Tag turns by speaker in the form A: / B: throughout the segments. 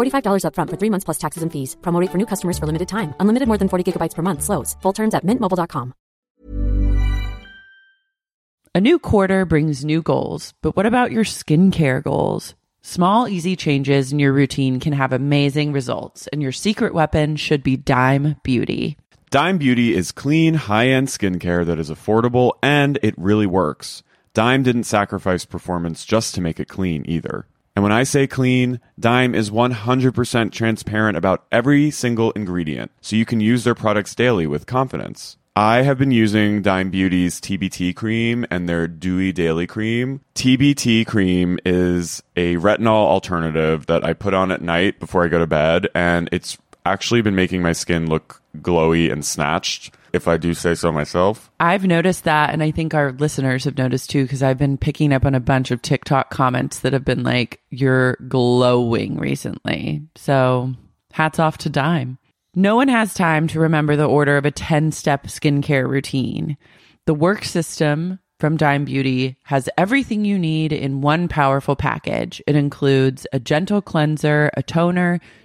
A: $45 upfront for three months plus taxes and fees. Promo rate for new customers for limited time. Unlimited more than 40 gigabytes per month. Slows. Full terms at mintmobile.com.
B: A new quarter brings new goals, but what about your skincare goals? Small, easy changes in your routine can have amazing results, and your secret weapon should be Dime Beauty.
C: Dime Beauty is clean, high end skincare that is affordable and it really works. Dime didn't sacrifice performance just to make it clean either. And when I say clean, Dime is 100% transparent about every single ingredient, so you can use their products daily with confidence. I have been using Dime Beauty's TBT cream and their Dewy Daily cream. TBT cream is a retinol alternative that I put on at night before I go to bed, and it's actually been making my skin look glowy and snatched, if I do say so myself.
B: I've noticed that, and I think our listeners have noticed too, because I've been picking up on a bunch of TikTok comments that have been like, you're glowing recently. So hats off to Dime. No one has time to remember the order of a 10 step skincare routine. The work system from Dime Beauty has everything you need in one powerful package. It includes a gentle cleanser, a toner,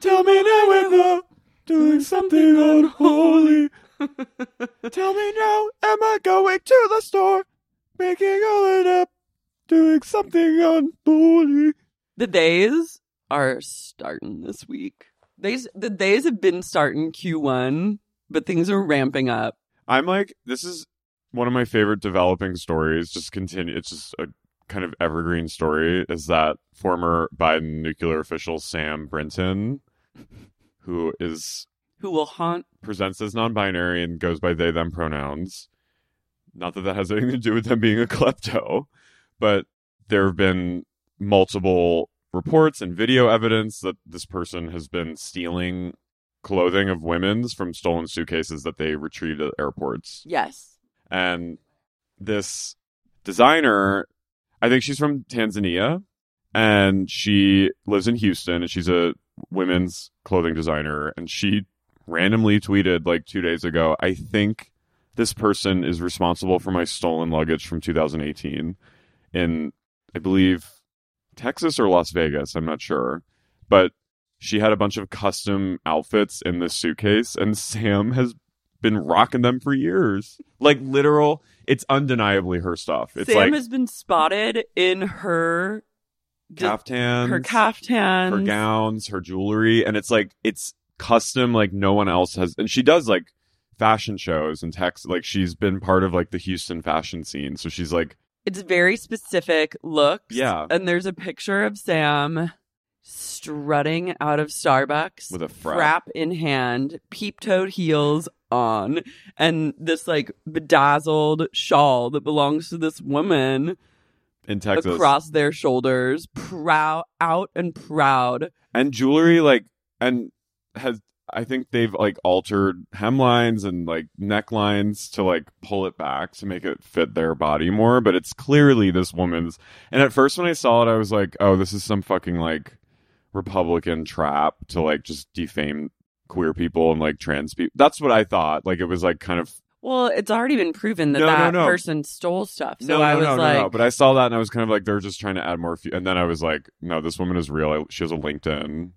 C: Tell me now am I doing something unholy. Tell me now, am I going to the store? Making all it up, doing something unholy.
D: the days are starting this week. These the days have been starting Q1, but things are ramping up.
C: I'm like, this is one of my favorite developing stories. Just continue. It's just a kind of evergreen story. Is that former Biden nuclear official Sam Brinton, who is
D: Who will haunt?
C: presents as non-binary and goes by they them pronouns. Not that that has anything to do with them being a klepto, but there have been multiple reports and video evidence that this person has been stealing clothing of women's from stolen suitcases that they retrieved at airports
D: Yes.
C: and this designer i think she's from tanzania and she lives in houston and she's a women's clothing designer and she randomly tweeted like two days ago i think this person is responsible for my stolen luggage from 2018 in i believe texas or las vegas i'm not sure but she had a bunch of custom outfits in this suitcase and sam has been rocking them for years. Like literal, it's undeniably her stuff. It's
D: Sam
C: like
D: has been spotted in her d-
C: caftans,
D: her caftans,
C: her gowns, her jewelry, and it's like it's custom. Like no one else has, and she does like fashion shows in Texas. Like she's been part of like the Houston fashion scene, so she's like
D: It's very specific looks.
C: Yeah.
D: And there's a picture of Sam.
B: strutting out of Starbucks
C: With a frap.
B: in hand, peep toed heels on, and this like bedazzled shawl that belongs to this woman
C: in Texas.
B: across their shoulders, proud out and proud.
C: and jewelry like and has I think they've like altered hemlines and like necklines to like pull it back to make it fit their body more, but it's clearly this woman's. And at first when I saw it I was like, "Oh, this is some fucking like Republican trap to like just defame queer people and like trans people." That's what I thought. Like it was like kind of
B: Well, it's already been proven that
C: No, no,
B: that
C: no.
B: person stole stuff. So I was
C: no,
B: like,
C: no, no. But I saw that and I was kind of like, they're just trying to add more. Fe- and then I was like, no, this woman is real. I- She has a LinkedIn.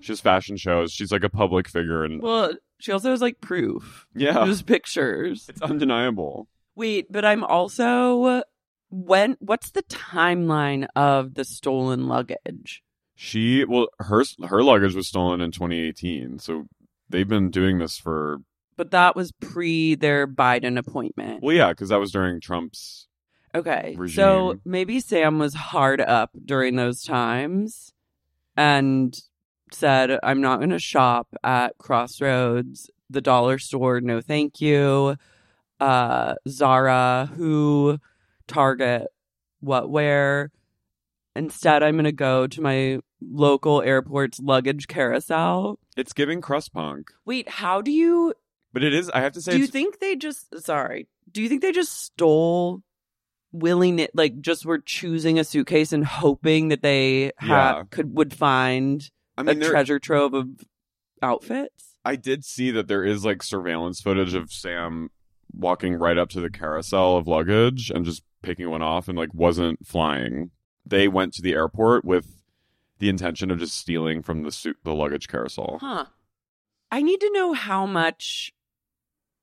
C: she has fashion shows. She's like a public figure, and
B: well, she also has like proof.
C: yeah,
B: Just pictures.
C: it's undeniable.
B: Wait, but I'm also when what's the timeline of the stolen luggage?
C: She well, her her luggage was stolen in 2018, so they've been doing this for
B: But that was pre their Biden appointment.
C: well, yeah, because that was during Trump's.
B: Okay. So
C: regime.
B: maybe Sam was hard up during those times and said, I'm not going to shop at Crossroads, the dollar store, no thank you, uh, Zara, who, Target, what, where. Instead, I'm going to go to my local airport's luggage carousel.
C: It's giving crust punk,
B: Wait, how do you
C: but it is. I have to say,
B: do you
C: it's-
B: think they just sorry? Do you think they just stole willing it like just were choosing a suitcase and hoping that they ha-
C: Yeah.
B: could would find
C: I mean,
B: a
C: there,
B: treasure trove of outfits?
C: I did see that there is like surveillance footage of Sam walking right up to the carousel of luggage and just picking one off and like wasn't flying. They went to the airport with the intention of just stealing from the suit the luggage carousel.
B: Huh. I need to know how much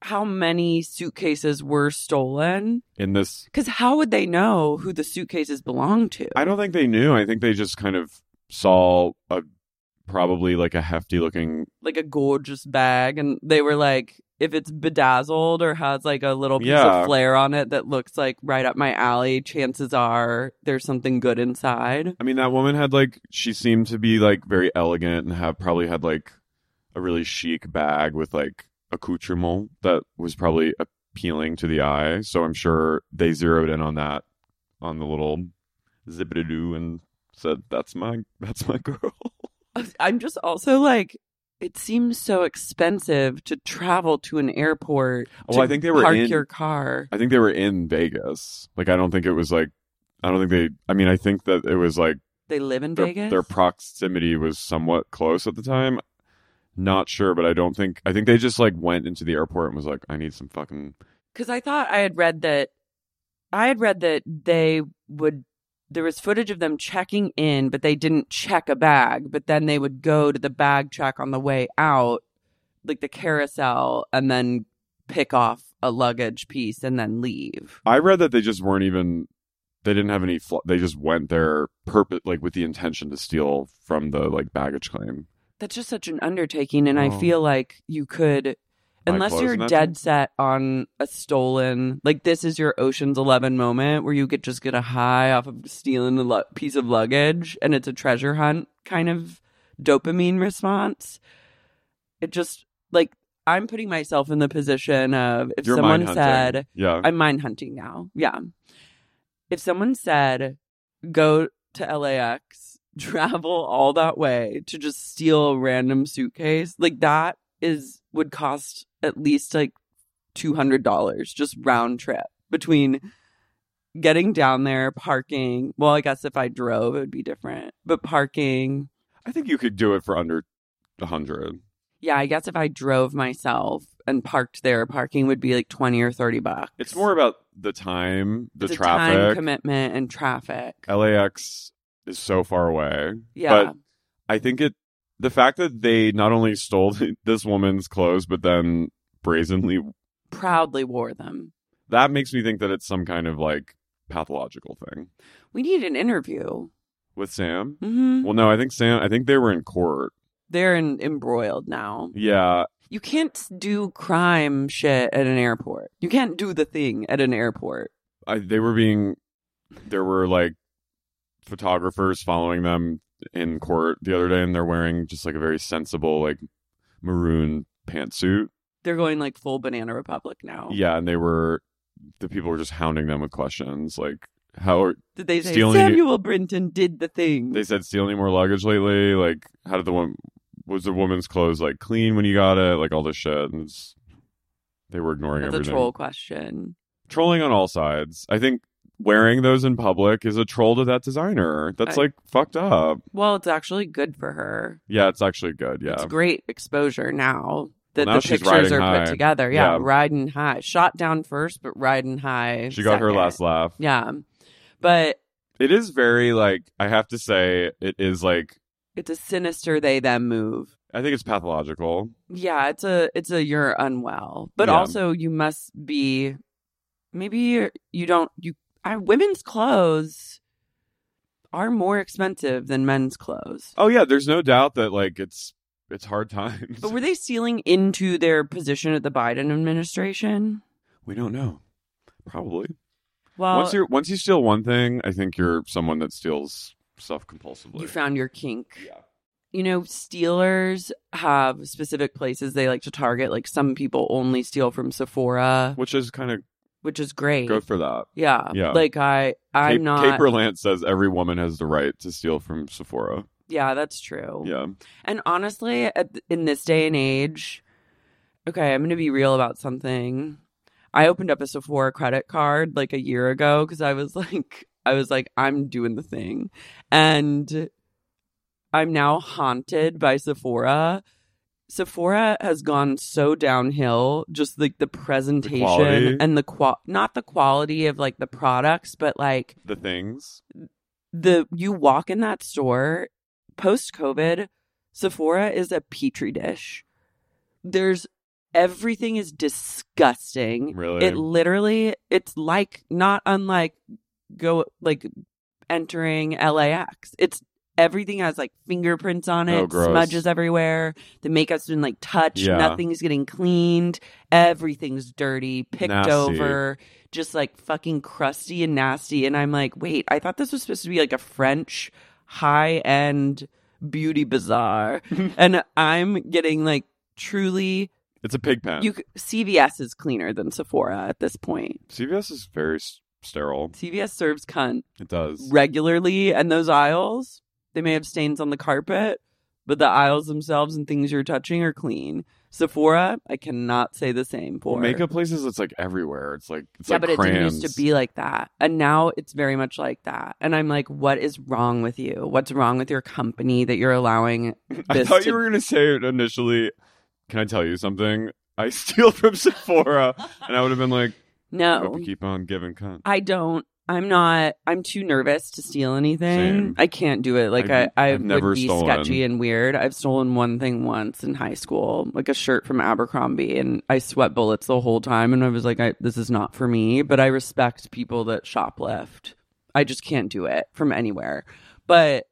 B: how many suitcases were stolen
C: In this
B: cuz how would they know who the suitcases belonged to?
C: I don't think they knew. I think they just kind of saw a probably like a hefty looking
B: like a gorgeous bag and they were like if it's bedazzled or has like a little piece
C: Yeah.
B: of flair on it that looks like right up my alley chances are there's something good inside
C: I mean that woman had like she seemed to be like very elegant and have probably had like a really chic bag with like accoutrement that was probably appealing to the eye. So I'm sure they zeroed in on that on the little zippity doo and said, That's my that's my girl.
B: i'm just also like it seems so expensive to travel to an airport
C: Well,
B: to
C: I think they were
B: park
C: in-
B: your car
C: I think they were in Vegas. Like I don't think it was like I don't think they I mean I think that it was like
B: they live in
C: their,
B: vegas
C: their proximity was somewhat close at the time. Not sure, but I don't think I think they just like went into the airport and was like, I need some fucking
B: because I thought I had read that I had read that they would there was footage of them checking in, but they didn't check a bag. But then they would go to the bag check on the way out, like the carousel, and then pick off a luggage piece and then leave.
C: I read that they just weren't even they didn't have any fl- they just went there purpose like with the intention to steal from the like baggage claim.
B: That's just such an undertaking, and I
C: Oh.
B: feel like you could.
C: My
B: Unless
C: clothes
B: you're
C: and that
B: dead
C: thing?
B: set on a stolen, like this is your Ocean's Eleven moment where you could just get a high off of stealing a lu- piece of luggage and it's a treasure hunt kind of dopamine response. It just, like, I'm putting myself in the position of if
C: You're
B: someone
C: mindhunting.
B: said,
C: Yeah.
B: I'm mind hunting now. Yeah. If someone said, go to LAX, travel all that way to just steal a random suitcase, like that is would cost at least like $200 just round trip between getting down there, parking. Well, I guess if I drove, it would be different, but parking.
C: I think you could do it for under a hundred.
B: Yeah, I guess if I drove myself and parked there, parking would be like 20 or 30 bucks.
C: It's more about the time, the
B: It's a
C: traffic.
B: time commitment and traffic.
C: LAX is so far away.
B: Yeah.
C: But I think it the fact that they not only stole this woman's clothes but then brazenly
B: proudly wore them.
C: that makes me think that it's some kind of like pathological thing
B: We need an interview.
C: with Sam.
B: hmm
C: Well, no, I think Sam. I think they were in court.
B: They're in, embroiled now.
C: Yeah,
B: You can't do crime shit at an airport. You can't do the thing at an airport.
C: I, they were being. There were like photographers following them in court the other day, and they're wearing just like a very sensible like maroon pantsuit.
B: They're going like full Banana Republic now.
C: Yeah, and they were the people were just hounding them with questions like, "How are
B: Did they say
C: Stealing-
B: Samuel Brinton did the thing?
C: they said steal any more luggage lately? Like, how did the one was the woman's clothes like clean when you got it? Like all this shit." And it's- they were ignoring
B: That's a
C: everything.
B: troll question.
C: Trolling on all sides. I think wearing those in public is a troll to that designer. That's
B: I-
C: like fucked up.
B: Well, it's actually good for her.
C: Yeah, it's actually good. Yeah,
B: It's great exposure now that
C: now
B: the
C: she's
B: pictures
C: riding
B: are
C: high.
B: put together. Yeah,
C: Yeah.
B: riding high. Shot down first, but riding high.
C: she got her
B: second.
C: last laugh.
B: Yeah. But
C: It is very like I have to say it is like
B: it's a sinister they them move.
C: I think it's pathological.
B: Yeah, it's a it's a you're unwell. But
C: Yeah.
B: also you must be maybe you're, you don't you I, women's clothes are more expensive than men's clothes.
C: Oh yeah, there's no doubt that like it's it's hard times.
B: But were they stealing into their position at the Biden administration?
C: we don't know. Probably.
B: Well,
C: once you are once you steal one thing, I think you're someone that steals stuff compulsively.
B: you found your kink.
C: Yeah.
B: You know, stealers have specific places they like to target. Like some people only steal from Sephora,
C: which is kind of
B: which is great.
C: good for that.
B: yeah.
C: Yeah.
B: Like I I'm
C: Cape,
B: not
C: Cape Berlant says every woman has the right to steal from Sephora.
B: Yeah, that's true.
C: Yeah.
B: And honestly, at th- in this day and age, okay, I'm going to be real about something. I opened up a Sephora credit card like a year ago because I was like, I was like, I'm doing the thing. And I'm now haunted by Sephora. Sephora has gone so downhill, just like the presentation
C: quality?
B: and the qual not the quality of like the products, but like
C: The things.
B: the you walk in that store post COVID, Sephora is a petri dish. There's everything is disgusting.
C: Really?
B: It literally it's like not unlike go like entering LAX. It's everything has like fingerprints on
C: Oh,
B: it,
C: gross.
B: smudges everywhere. The makeup's been like touched,
C: Yeah.
B: nothing's getting cleaned, everything's dirty, picked
C: Nasty.
B: over just like fucking crusty and nasty. And I'm like, wait, I thought this was supposed to be like a French high end beauty bazaar. and I'm getting like truly,
C: It's a pig pen.
B: you c- CVS is cleaner than Sephora at this point.
C: CVS is very s- sterile.
B: CVS serves cunt
C: It does.
B: regularly, and those aisles, they may have stains on the carpet, but the aisles themselves and things you're touching are clean. Sephora, I cannot say the same for.
C: Well, makeup places, it's like everywhere. It's like it's
B: yeah,
C: like
B: but it didn't used
C: crayons.
B: to be like that. And now it's very much like that. And I'm like, what is wrong with you? What's wrong with your company that you're allowing this
C: I thought
B: to
C: you were going to say it initially. Can I tell you something? I steal from Sephora, and I would have been like, "Hope
B: No.
C: you keep on giving cunt."
B: I don't I'm not I'm too nervous to steal anything.
C: Same.
B: I can't do it. Like I,
C: I've-
B: I
C: I've
B: would
C: never
B: be
C: stolen.
B: sketchy and weird. I've stolen one thing once in high school, like a shirt from Abercrombie and I sweat bullets the whole time and I was like I, this is not for me, but I respect people that shoplift. I just can't do it from anywhere. But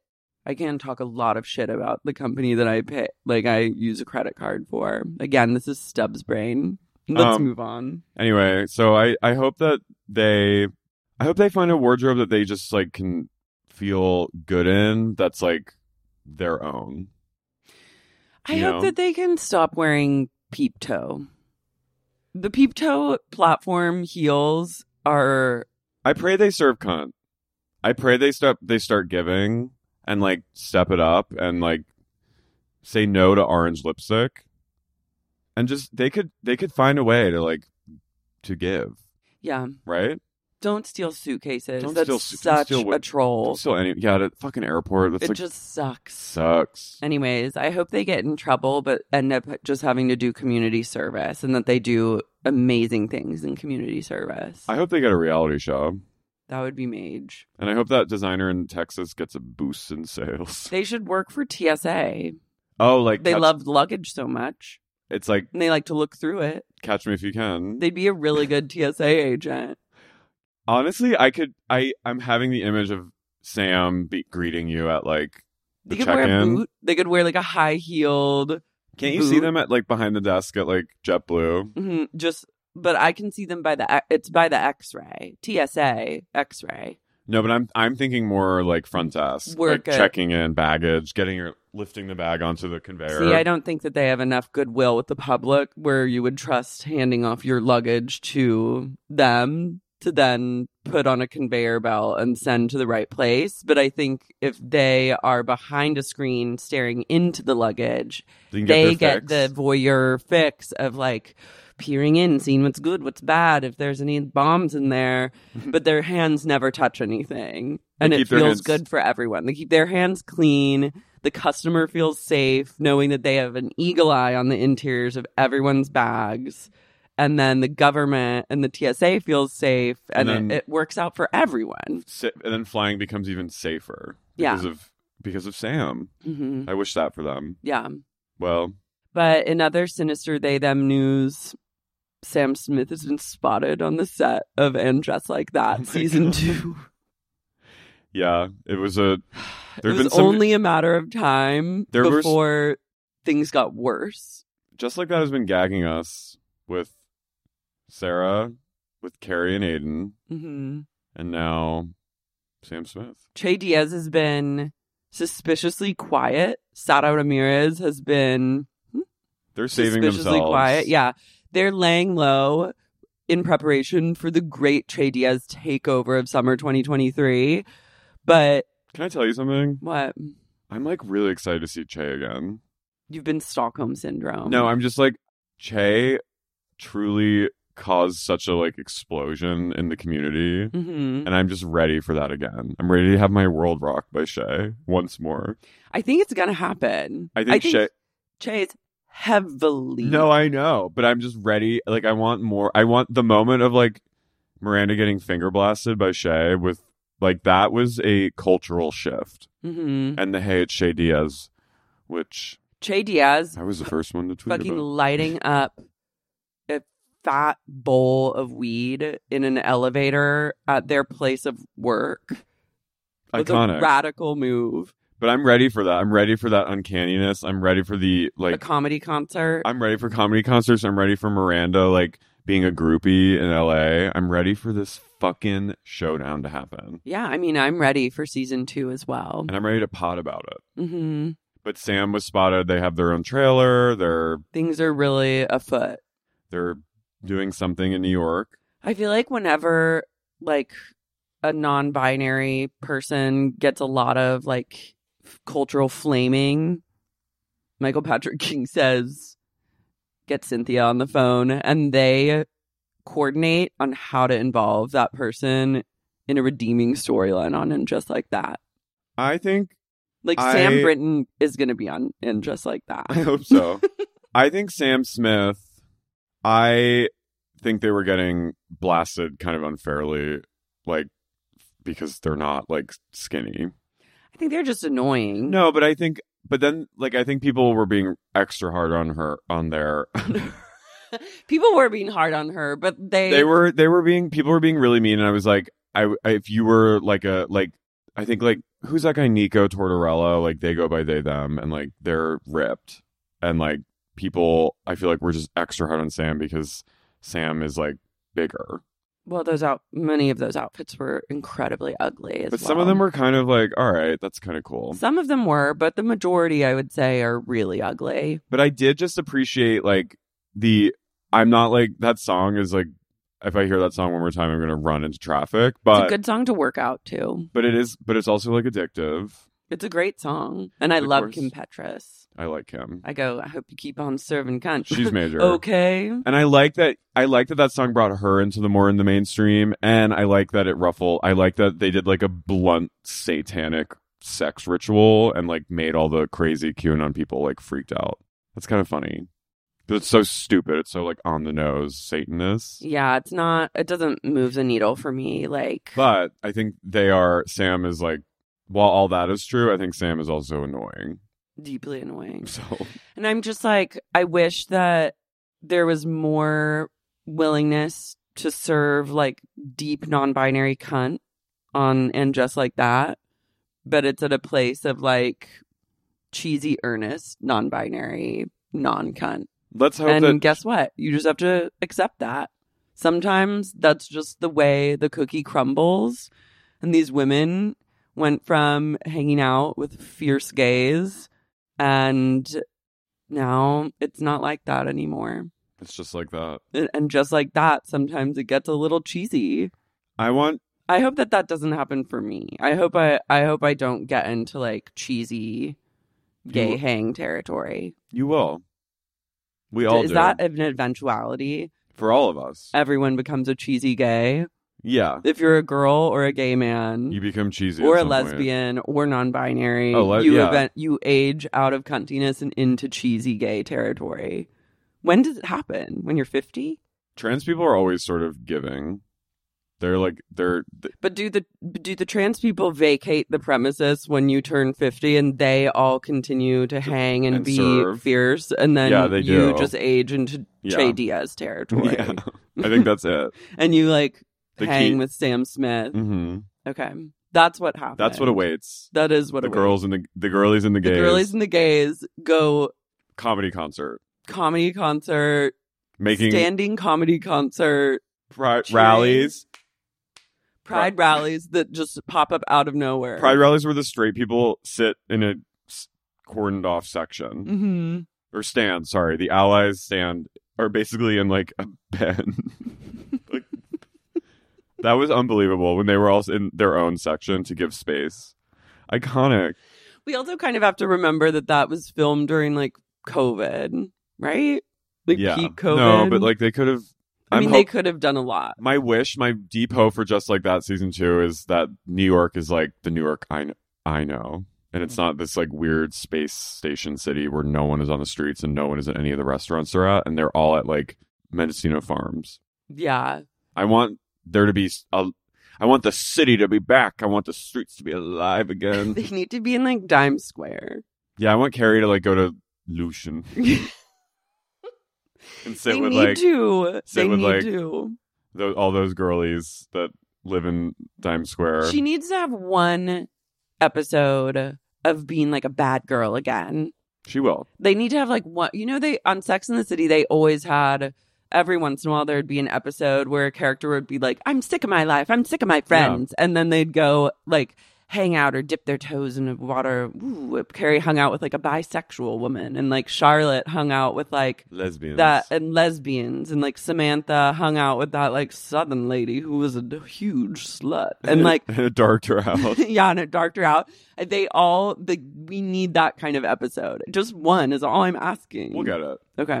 B: I can talk a lot of shit about the company that I pay, like I use a credit card for. Again, this is Stubbs' brain. Let's
C: Um,
B: move on.
C: Anyway, so I I hope that they I hope they find a wardrobe that they just like can feel good in. That's like their own.
B: I
C: you
B: hope
C: know?
B: that they can stop wearing peep toe. The peep toe platform heels are
C: I pray they serve cunt. I pray they stop they start giving and like step it up and like say no to orange lipstick. And just they could they could find a way to like to give,
B: yeah.
C: right?
B: Don't steal suitcases.
C: Don't
B: That's
C: steal su- don't
B: such
C: steal
B: a
C: what-
B: troll.
C: Still any yeah, at a fucking airport. That's
B: It
C: like
B: just sucks.
C: sucks.
B: Anyways, I hope they get in trouble but end up just having to do community service and that they do amazing things in community service.
C: I hope they get a reality show.
B: that would be mage.
C: And I hope that designer in Texas gets a boost in sales.
B: They should work for TSA.
C: Oh, like
B: They
C: catch-
B: love luggage so much
C: It's like
B: and they like to look through it.
C: catch me if you can.
B: They'd be a really good TSA agent.
C: Honestly, I could. I I'm having the image of Sam be- greeting you at like
B: They
C: the
B: could wear a
C: check-in.
B: boot. They could wear like a high heeled,
C: Can't you see
B: boot.
C: them at like behind the desk at like JetBlue?
B: mhm, just. But I can see them by the. It's by the X ray, TSA X ray.
C: No, but I'm I'm thinking more like front desk,
B: Work
C: like
B: it.
C: checking in baggage, getting your lifting the bag onto the conveyor.
B: See, I don't think that they have enough goodwill with the public where you would trust handing off your luggage to them to then put on a conveyor belt and send to the right place. But I think if they are behind a screen staring into the luggage,
C: They can get
B: they
C: their
B: get the
C: fix.
B: voyeur fix of like peering in, seeing what's good, what's bad, if there's any bombs in there. but their hands never touch anything. And
C: They
B: it
C: keep their
B: feels
C: hands-
B: good for everyone. They keep their hands clean. The customer feels safe knowing that they have an eagle eye on the interiors of everyone's bags. And then the government and the TSA feels safe and,
C: And
B: it,
C: then-
B: it works out for everyone.
C: Sa- and then flying becomes even safer
B: Yeah.
C: because of because of Sam.
B: hmm
C: I wish that for them.
B: Yeah.
C: Well,
B: But in other sinister they them news, Sam Smith has been spotted on the set of And Dress Like That
C: Oh my
B: season
C: God.
B: two.
C: yeah, it was a
B: It
C: there's been
B: was
C: some
B: only a matter of time
C: There was-
B: before things got worse.
C: just like that has been gagging us with Sarah, with Carrie and Aiden,
B: Mm-hmm.
C: and now Sam Smith.
B: Che Diaz has been suspiciously quiet. Sara Ramirez has been
C: They're saving
B: suspiciously
C: themselves.
B: quiet. Yeah, they're laying low in preparation for the great Che Diaz takeover of summer 2023. But
C: Can I tell you something?
B: what
C: I'm like really excited to see Che again.
B: you've been Stockholm syndrome?
C: No, I'm just like Che truly caused such a like explosion in the community.
B: hmm
C: And I'm just ready for that again. I'm ready to have my world rocked by Shay once more.
B: I think it's gonna happen.
C: I think, Shay.
B: Che is heavily
C: No, I know, but I'm just ready. Like I want more. I want the moment of like Miranda getting finger blasted by Shay with like that was a cultural shift.
B: hmm
C: And the hey, it's Shay Diaz, which
B: Che Diaz
C: I was the first one to tweet
B: fucking
C: about.
B: lighting up a fat bowl of weed in an elevator at their place of work. was
C: Iconic.
B: a radical move.
C: but I'm ready for that. I'm ready for that uncanniness. I'm ready for the
B: a
C: like
B: comedy concert.
C: I'm ready for comedy concerts. I'm ready for Miranda like being a groupie in LA. I'm ready for this fucking showdown to happen.
B: yeah, I mean, I'm ready for season two as well.
C: And I'm ready to pot about it.
B: hmm
C: But Sam was spotted. They have their own trailer. They're
B: Things are really afoot.
C: they're doing something in New York.
B: I feel like whenever like a non-binary person gets a lot of like f- cultural flaming, Michael Patrick King says, "Get Cynthia on the phone," and they coordinate on how to involve that person in a redeeming storyline on and just like that.
C: I think
B: Like
C: I-
B: Sam Britton is going to be on and just like that.
C: I hope so. I think Sam Smith I think they were getting blasted kind of unfairly like because they're not like skinny.
B: I think they're just annoying.
C: No, but I think, but then, like, I think people were being extra hard on her, on their.
B: People were being hard on her, but they
C: they were, they were being, people were being really mean. And I was like, I, I- if you were like a, like, I think, like, who's that guy, Nico Tortorella? Like, they go by they, them, and like, they're ripped. And like, people, I feel like we're just extra hard on Sam because Sam is like bigger.
B: Well, those out many of those outfits were incredibly ugly. As
C: but some of
B: well.
C: them were kind of like, all right, that's kind of cool.
B: some of them were, but the majority, I would say, are really ugly.
C: but I did just appreciate like the I'm not like that song is like if I hear that song one more time I'm gonna run into traffic. But
B: it's a good song to work out to.
C: but it is but it's also like addictive.
B: It's a great song, and I
C: Of
B: love
C: course.
B: Kim Petras.
C: I like him.
B: I go. I hope you keep on serving cunt.
C: She's major.
B: okay.
C: And I like that I like that that song brought her into the more in the mainstream and I like that it ruffled I like that they did like a blunt satanic sex ritual and like made all the crazy QAnon people like freaked out. That's kind of funny. 'Cause It's so stupid. It's so like on the nose Satanist.
B: Yeah, it's not. It doesn't move the needle for me. Like,
C: But I think they are. Sam is like, while all that is true, I think Sam is also annoying.
B: deeply annoying.
C: So
B: And I'm just like, I wish that there was more willingness to serve like deep non binary cunt on and just like that. But it's at a place of like cheesy, earnest, non binary, non cunt.
C: let's hope
B: And
C: that
B: guess what? You just have to accept that. Sometimes that's just the way the cookie crumbles. And these women went from hanging out with fierce gays, and now it's not like that anymore.
C: It's just like that.
B: And and just like that, sometimes it gets a little cheesy.
C: I want
B: I hope that that doesn't happen for me. I hope I I hope I don't get into like cheesy gay
C: You-
B: hang territory.
C: you will. We all
B: Is
C: do.
B: that an eventuality?
C: for all of us.
B: Everyone becomes a cheesy gay.
C: Yeah,
B: If you're a girl or a gay man
C: you become cheesy at
B: or a
C: some point.
B: lesbian or non-binary,
C: Oh, le-
B: you
C: yeah.
B: event, you age out of cuntiness and into cheesy gay territory. When does it happen? When you're 50?
C: Trans people are always sort of giving. They're like they're th-
B: But do the do the trans people vacate the premises when you turn 50 and they all continue to hang and,
C: and
B: be
C: serve.
B: fierce and then
C: Yeah, they
B: you
C: do.
B: just age into
C: Yeah.
B: Che Diaz territory
C: yeah. I think that's it.
B: and you like
C: The
B: hang
C: key-
B: with Sam Smith.
C: hmm
B: Okay. That's what happened.
C: That's what awaits
B: That is what
C: the
B: awaits.
C: girls and the the girlies and the
B: the
C: gays
B: girlies and the gays go
C: comedy concert
B: comedy concert,
C: Mm-hmm. making
B: standing comedy concert,
C: pri-
B: cheering.
C: rallies.
B: pride
C: Right.
B: rallies that just pop up out of nowhere.
C: Pride rallies where the straight people sit in a s- cordoned off section
B: hmm
C: or stand. Sorry, the allies stand are basically in like a pen. like, that was unbelievable when they were all s- in their own section to give space. Iconic.
B: We also kind of have to remember that that was filmed during like COVID, right? Like
C: yeah.
B: peak COVID.
C: No, but like they could have.
B: I
C: I'm
B: mean,
C: hop-
B: they could have done a lot.
C: my wish, my deep hope for just like that season two is that New York is like the New York I know, I know, and it's not this like weird space station city where no one is on the streets and no one is at any of the restaurants they're at, and they're all at like Mendocino Farms.
B: Yeah.
C: I want there to be s- a, I want the city to be back. I want the streets to be alive again.
B: They need to be in like Dime Square.
C: yeah, I want Carrie to like go to Lucian and sit
B: they
C: with
B: need
C: like
B: to.
C: sit
B: They
C: with,
B: need
C: like,
B: to.
C: tho- all those girlies that live in Times Square.
B: She needs to have one episode of being like a bad girl again.
C: she will.
B: They need to have like what you know they on Sex in the City they always had every once in a while there'd be an episode where a character would be like I'm sick of my life, I'm sick of my friends, and then they'd go like hang out or dip their toes in the water. Ooh, Carrie hung out with like a bisexual woman and like Charlotte hung out with like
C: Lesbians.
B: that and lesbians and like Samantha hung out with that like southern lady who was a d- huge slut and like
C: a dark drought.
B: yeah, and it darked her out. They all the we need that kind of episode. Just one is all I'm asking.
C: we'll get it.
B: Okay.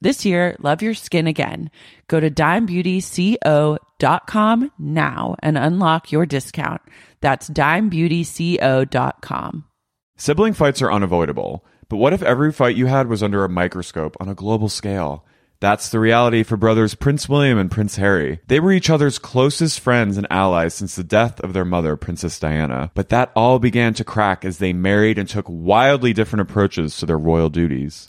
B: This year, love your skin again. Go to dimebeautyco.com now and unlock your discount. That's dimebeautyco.com.
C: Sibling fights are unavoidable, but what if every fight you had was under a microscope on a global scale? That's the reality for brothers Prince William and Prince Harry. They were each other's closest friends and allies since the death of their mother, Princess Diana. But that all began to crack as they married and took wildly different approaches to their royal duties.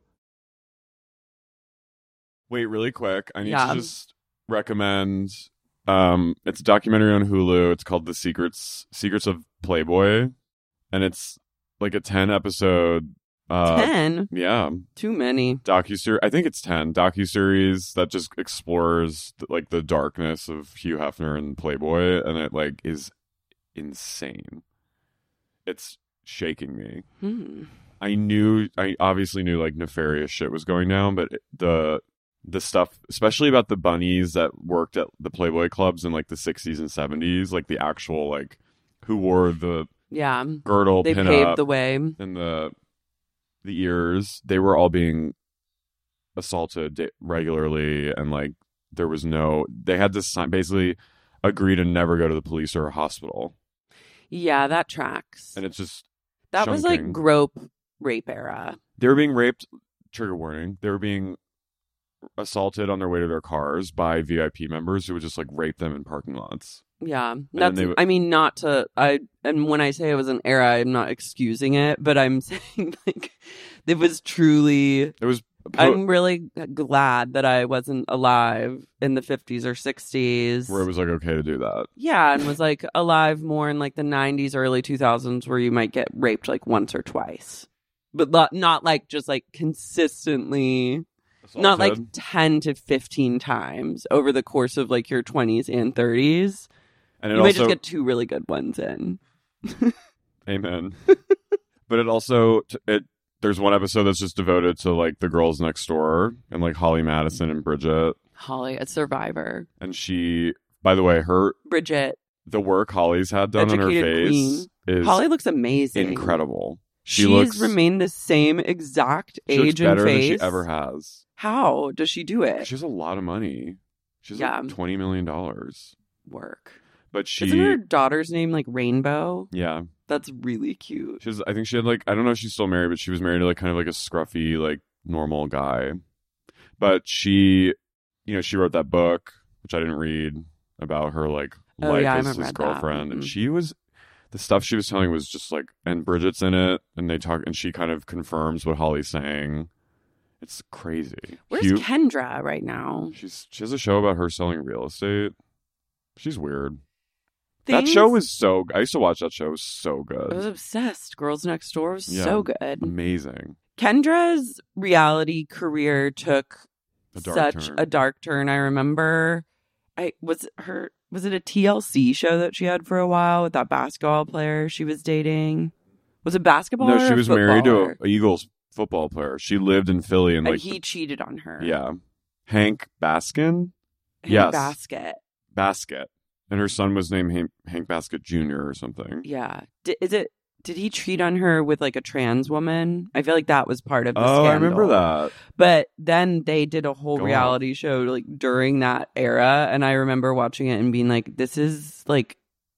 C: Wait, really quick. I need
D: Yeah.
C: to just recommend um it's a documentary on Hulu. It's called The Secrets Secrets of Playboy. And it's like a ten episode uh
D: Ten,
C: yeah
D: too many.
C: docu I think it's ten docu series that just explores like the darkness of Hugh Hefner and Playboy, and it like is insane. It's shaking me.
D: Hmm.
C: I knew, I obviously knew like nefarious shit was going down, but it- the the stuff, especially about the bunnies that worked at the Playboy clubs in like the '60s and '70s, like the actual like who wore the
D: Yeah,
C: girdle,
D: they
C: pinup,
D: paved the way.
C: and the the ears they were all being assaulted da- regularly and like there was no they had to sign basically agree to never go to the police or a hospital
D: Yeah, that tracks.
C: and it's just
D: That was like
C: chunking.
D: grope rape era.
C: they were being raped trigger warning they were being assaulted on their way to their cars by vip members who would just like rape them in parking lots
D: Yeah,
C: then
D: that's.
C: they would-
D: I mean, not to. I and when I say it was an era, I'm not excusing it, but I'm saying like it was truly.
C: it was
D: I'm really glad that I wasn't alive in the 50s or 60s.
C: where it was like okay to do that
D: yeah, and was like alive more in like the 90s, early 2000s, where you might get raped like once or twice, but lo- not like just like consistently, not like
C: Assaulted.
D: 10 to 15 times over the course of like your 20s and 30s.
C: and
D: You
C: it
D: might
C: also
D: just get two really good ones in.
C: Amen. but it also t- it there's one episode that's just devoted to like the girls next door and like Holly Madison and Bridget
D: Holly, a survivor.
C: and she by the way her
D: Bridget.
C: the work Holly's had done on her
D: Educated
C: face
D: queen.
C: is
D: Holly looks amazing.
C: incredible. She
D: She's
C: looks
D: remained the same exact
C: she looks
D: age and
C: better
D: face.
C: than she ever has.
D: How does she do it?
C: She has a lot of money. She's like
D: Yeah.
C: 20 million dollars.
D: Work.
C: But she
D: Isn't her daughter's name like Rainbow?
C: yeah,
D: That's really cute.
C: she was, I think she had like I don't know if she's still married, but she was married to like kind of like a scruffy like normal guy. But she, you know, she wrote that book which I didn't read about her like
D: Oh,
C: life
D: yeah, I
C: as
D: haven't
C: his
D: read that.
C: girlfriend, and
D: Mm-mm.
C: she was the stuff she was telling was just like and Bridget's in it, and they talk, and she kind of confirms what Holly's saying. It's crazy.
D: Where's
C: Hugh-
D: Kendra right now?
C: She's she has a show about her selling real estate. She's weird. That show
D: Things-
C: was so. I used to watch that show. It was so good.
D: I was obsessed. Girls Next Door was
C: Yeah. Mm.
D: so good.
C: Amazing.
D: Kendra's reality career took
C: A dark
D: such
C: turn.
D: a dark turn. I remember I was her was it a TLC show that she had for a while with that basketball player she was dating? Was it basketball?
C: no, she was married to a, a Eagles football player. She lived in Philly and
D: and
C: like
D: he cheated on her.
C: yeah, Hank Baskin,
D: Hank
C: yes.
D: Basket.
C: Basket, and her son was named Hank, Hank Basket Jr. or something.
D: Yeah. D- is it? Did he cheat on her with like a trans woman? I feel like that was part of the
C: Oh, I remember
D: scandal.
C: that.
D: But then they did a whole
C: Go on.
D: reality show like during that era, and I remember watching it and being like, "This is like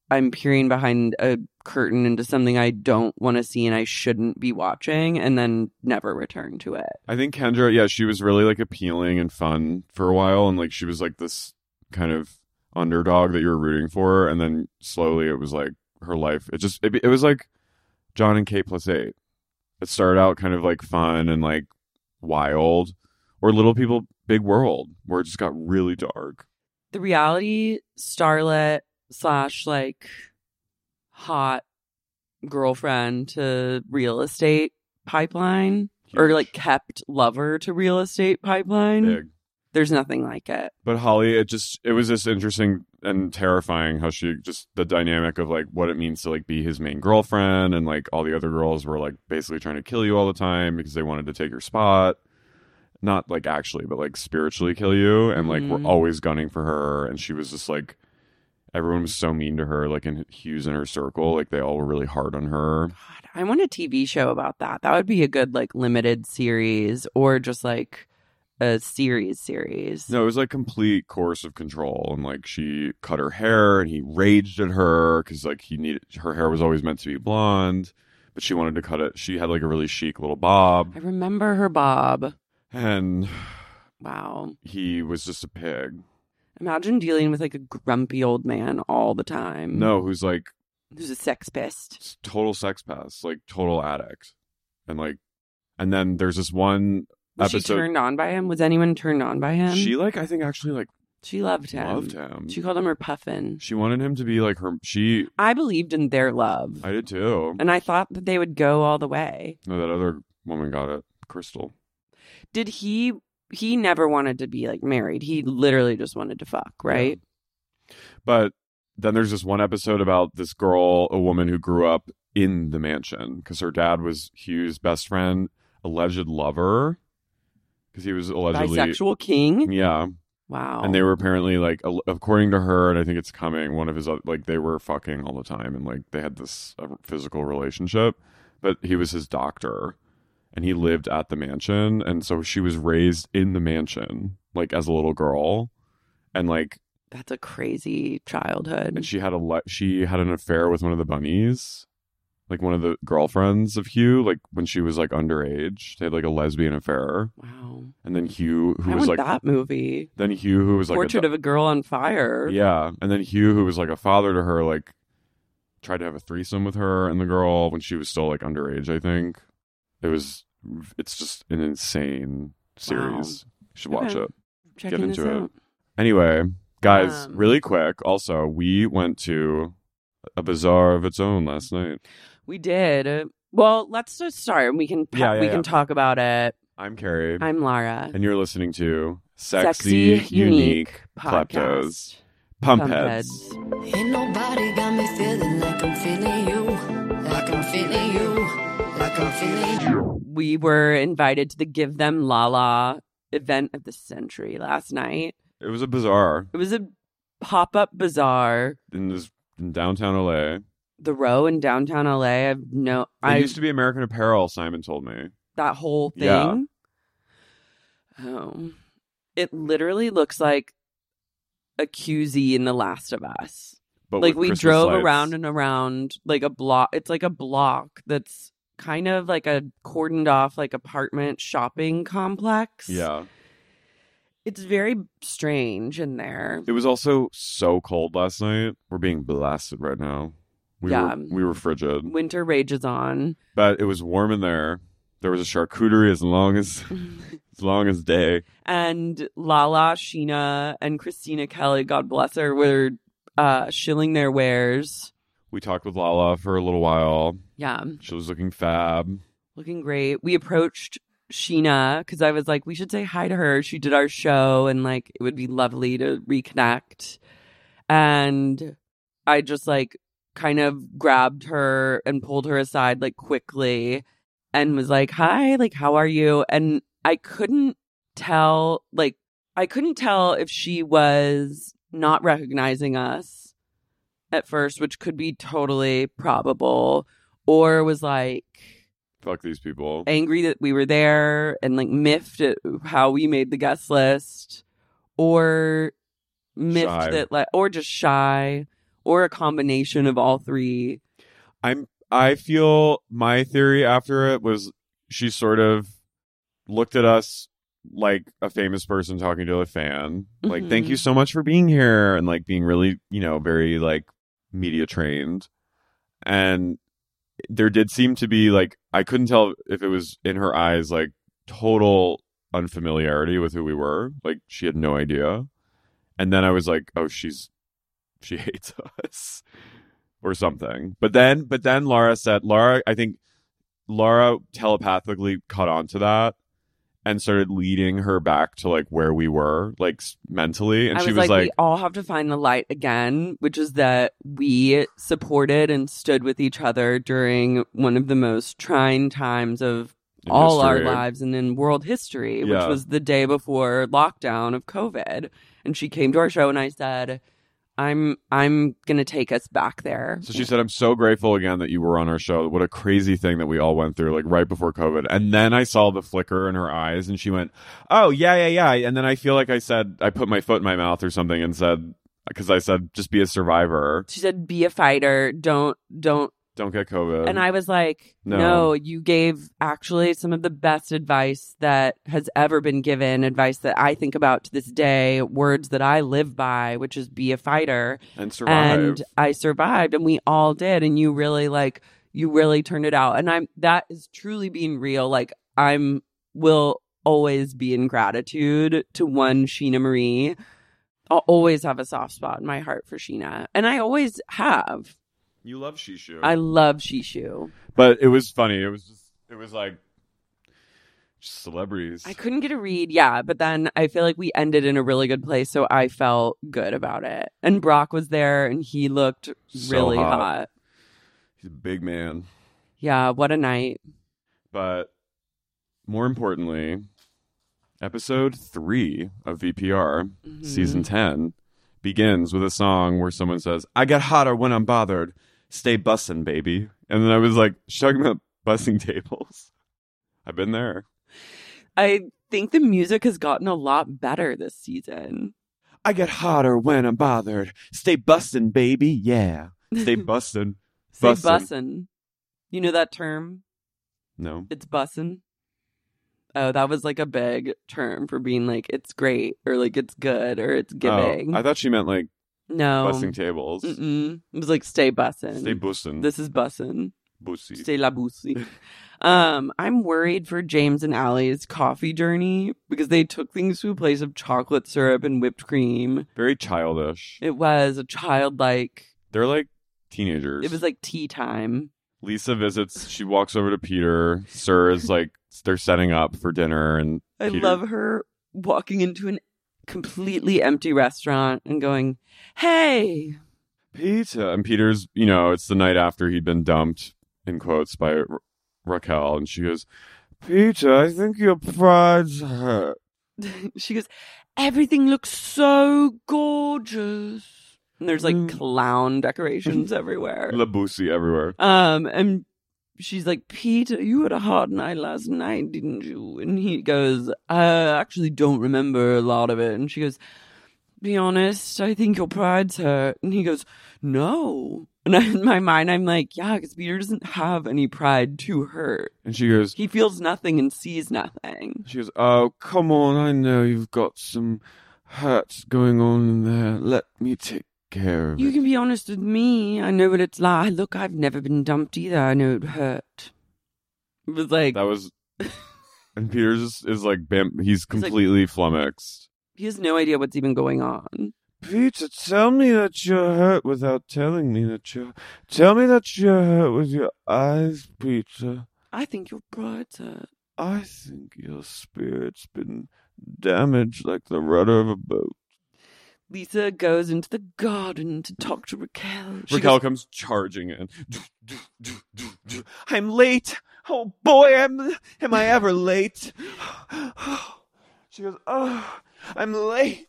D: I'm peering behind a curtain into something I don't want to see and I shouldn't be watching," and then never return to it.
C: I think Kendra, yeah, she was really like appealing and fun for a while, and like she was like this kind of underdog that you were rooting for, and then slowly it was like her life. It just it, be- it was like John and K plus eight. It started out kind of like fun and like wild, or Little People Big World, where it just got really dark.
D: The reality starlet slash like hot girlfriend to real estate pipeline or
C: Huge.
D: like kept lover to real estate pipeline.
C: Big.
D: There's nothing like it.
C: But Holly, it just it was just interesting and terrifying how she just the dynamic of like what it means to like be his main girlfriend and like all the other girls were like basically trying to kill you all the time because they wanted to take your spot. Not like actually, but like spiritually kill you and like
D: Mhm.
C: we're always gunning for her and she was just like everyone was so mean to her, like in Hughes and her circle, like they all were really hard on her.
D: God, I want a TV show about that. That would be a good like limited series or just like a series series.
C: No, it was like complete course of control, and like she cut her hair, and he raged at her because like he needed her hair was always meant to be blonde, but she wanted to cut it. She had like a really chic little bob,
D: I remember her Bob.
C: and
D: Wow.
C: he was just a pig.
D: Imagine dealing with like a grumpy old man all the time.
C: No, who's like
D: Who's a sex pest.
C: s- total sex pest, like total addict, and like, and then there's this one
D: Was she
C: episode.
D: turned on by him? Was anyone turned on by him?
C: she like I think actually like
D: She loved him.
C: loved him.
D: She called him her puffin.
C: She wanted him to be like her. She
D: I believed in their love.
C: I did too.
D: and I thought that they would go all the way.
C: No, that other woman got it. Crystal.
D: Did he he never wanted to be like married. He literally just wanted to fuck, right?
C: But then there's this one episode about this girl, a woman who grew up in the mansion because her dad was Hugh's best friend, alleged lover, because he was allegedly
D: Bisexual king.
C: Yeah,
D: Wow.
C: and they were apparently like, al- according to her, and I think it's coming. One of his oth- like they were fucking all the time, and like they had this uh, physical relationship, but he was his doctor, and he lived at the mansion, and so she was raised in the mansion, like as a little girl, and like
D: That's a crazy childhood.
C: and she had a li- she had an affair with one of the bunnies like one of the girlfriends of hugh like when she was like underage they had like a lesbian affair
D: wow.
C: and then hugh who
D: I
C: was
D: want
C: like
D: that movie.
C: then hugh who was like
D: Portrait
C: a,
D: of a Girl on Fire.
C: yeah and then hugh who was like a father to her like tried to have a threesome with her and the girl when she was still like underage i think it was it's just an insane series you should watch
D: Okay.
C: it
D: Checking
C: Get
D: this
C: into it.
D: out.
C: Anyway, guys,
D: Um,
C: really quick. Also, we went to a bazaar of its own last night.
D: We did. Well, let's just start and we can pa-
C: Yeah, yeah,
D: we
C: yeah.
D: can talk about it.
C: I'm Carrie,
D: I'm Lara.
C: and you're listening to Sexy, Unique, Kleptos Pump Heads.
E: Ain't nobody got me feeling like I'm feeling you, like I'm feeling you, like I'm feeling you.
D: We were invited to the Give Them La La event of the century last night.
C: It was a bazaar
D: It was a pop up bazaar.
C: in this in downtown LA.
D: The row in downtown LA. I've no.
C: It
D: I
C: used to be American Apparel. Simon told me.
D: that whole thing.
C: Yeah.
D: Oh. It literally looks like a QZ in The Last of Us.
C: But
D: like
C: with
D: we
C: Christmas
D: drove
C: lights.
D: around and around like a block. It's like a block that's kind of like a cordoned off like apartment shopping complex.
C: yeah,
D: It's very strange in there.
C: it was also so cold last night. We're being blasted right now. We
D: Yeah. um,
C: were, we were frigid,
D: Winter rages on.
C: but it was warm in there. There was a charcuterie as long as as long as day.
D: and Lala, Sheena, and Christina Kelly, God bless her, were uh, shilling their wares.
C: We talked with Lala for a little while.
D: Yeah,
C: She was looking fab.
D: looking great. We approached Sheena because I was like, we should say hi to her. She did our show and like it would be lovely to reconnect. And I just like kind of grabbed her and pulled her aside like quickly and was like, hi, like, how are you? And I couldn't tell, like, I couldn't tell if she was not recognizing us at first, which could be totally probable, or was like,
C: Fuck these people.
D: angry that we were there and like miffed at how we made the guest list or miffed
C: Shy.
D: that like or just shy or a combination of all three
C: I'm I feel my theory after it was she sort of looked at us like a famous person talking to a fan. Like,
D: Mhm.
C: thank you so much for being here and like being really, you know, very like media trained. And there did seem to be like I couldn't tell if it was in her eyes like total unfamiliarity with who we were. Like she had no idea. And then I was like, oh, she's she hates us or something. But then, but then Laura said, Laura, I think Laura telepathically caught on to that and started leading her back to like where we were, like s- mentally. And
D: i
C: she
D: was
C: was
D: like,
C: like,
D: we all have to find the light again which is that we supported and stood with each other during one of the most trying times of
C: in
D: all our
C: history.
D: lives and in world history,
C: Yeah.
D: which was the day before lockdown of COVID. And she came to our show and I said, I'm I'm gonna take us back there.
C: So she said, I'm so grateful again that you were on our show. What a crazy thing that we all went through, like right before COVID. And then I saw the flicker in her eyes and she went, Oh, yeah, yeah, yeah. And then I feel like I said, I put my foot in my mouth or something and said, because I said, just be a survivor.
D: she said, Be a fighter, don't don't
C: Don't get COVID.
D: and I was like,
C: Um, No.
D: no. you gave actually some of the best advice that has ever been given, advice that I think about to this day, words that I live by, which is be a fighter.
C: and survived.
D: and I survived, and we all did. And you really like you really turned it out, and I'm that is truly being real. Like I'm will always be in gratitude to one Sheena Marie. I'll always have a soft spot in my heart for Sheena, and I always have.
C: You love Shishu.
D: I love Shishu.
C: but it was funny. It was just it was like just celebrities.
D: I couldn't get a read, yeah, but then I feel like we ended in a really good place, so I felt good about it. And Brock was there, and he looked
C: So
D: really
C: hot.
D: hot.
C: He's a big man.
D: Yeah, what a night.
C: But more importantly, episode three of VPR,
D: Mm-hmm.
C: season ten, begins with a song where someone says, I get hotter when I'm bothered. Stay bussin', baby. And then I was like, She's talking about bussing tables. I've been there.
D: I think the music has gotten a lot better this season.
C: I get hotter when I'm bothered. Stay bustin', baby. Yeah. Stay bustin'.
D: Say
C: Bussin'.
D: bussin'. You know that term?
C: No.
D: It's bussin'. Oh, that was like a big term for being like it's great or like it's good or it's giving.
C: Oh, I thought she meant like
D: no.
C: busting tables.
D: Mm-mm. It was like stay bussin'.
C: Stay bussin'.
D: this is bussin'.
C: bussy.
D: Stay la bussi. um, I'm worried for James and Allie's coffee journey because they took things to a place of chocolate syrup and whipped cream.
C: Very childish.
D: It was a childlike.
C: They're like teenagers.
D: It was like tea time.
C: Lisa visits. She walks over to Peter. Sir is like they're setting up for dinner, and
D: I
C: Peter-
D: love her walking into an completely empty restaurant and going, "Hey,
C: Peter. And Peter's, you know, it's the night after he'd been dumped in quotes by Ra- Raquel, and she goes, "Peter, I think your pride's hurt."
D: she goes, everything looks so gorgeous." And there's like clown decorations everywhere.
C: Labusi everywhere.
D: Um, and she's like, "Peter, you had a hard night last night, didn't you?" And he goes, "I actually don't remember a lot of it." And she goes, "Be honest, I think your pride's hurt." And he goes, "No." And I, in my mind, I'm like, "Yeah, because Peter doesn't have any pride to hurt.
C: And she goes,
D: He feels nothing and sees nothing."
C: She goes, Oh, come on. I know you've got some hurts going on in there. Let me take care of
D: You
C: it.
D: can be honest with me. I know what it's like. Look, I've never been dumped either. I know it hurt. It was like
C: That was. And Peters is, is like, bam, he's
D: like-
C: completely flummoxed.
D: he has no idea what's even going on.
C: Peter, tell me that you're hurt without telling me that you're. Tell me that you're hurt with your eyes, Peter.
D: I think you're brighter.
C: I think your spirit's been damaged like the rudder of a boat.
D: Lisa goes into the garden to talk to Raquel. She
C: Raquel comes charging in. I'm late. Oh boy, am am I ever late? She goes, oh, I'm late.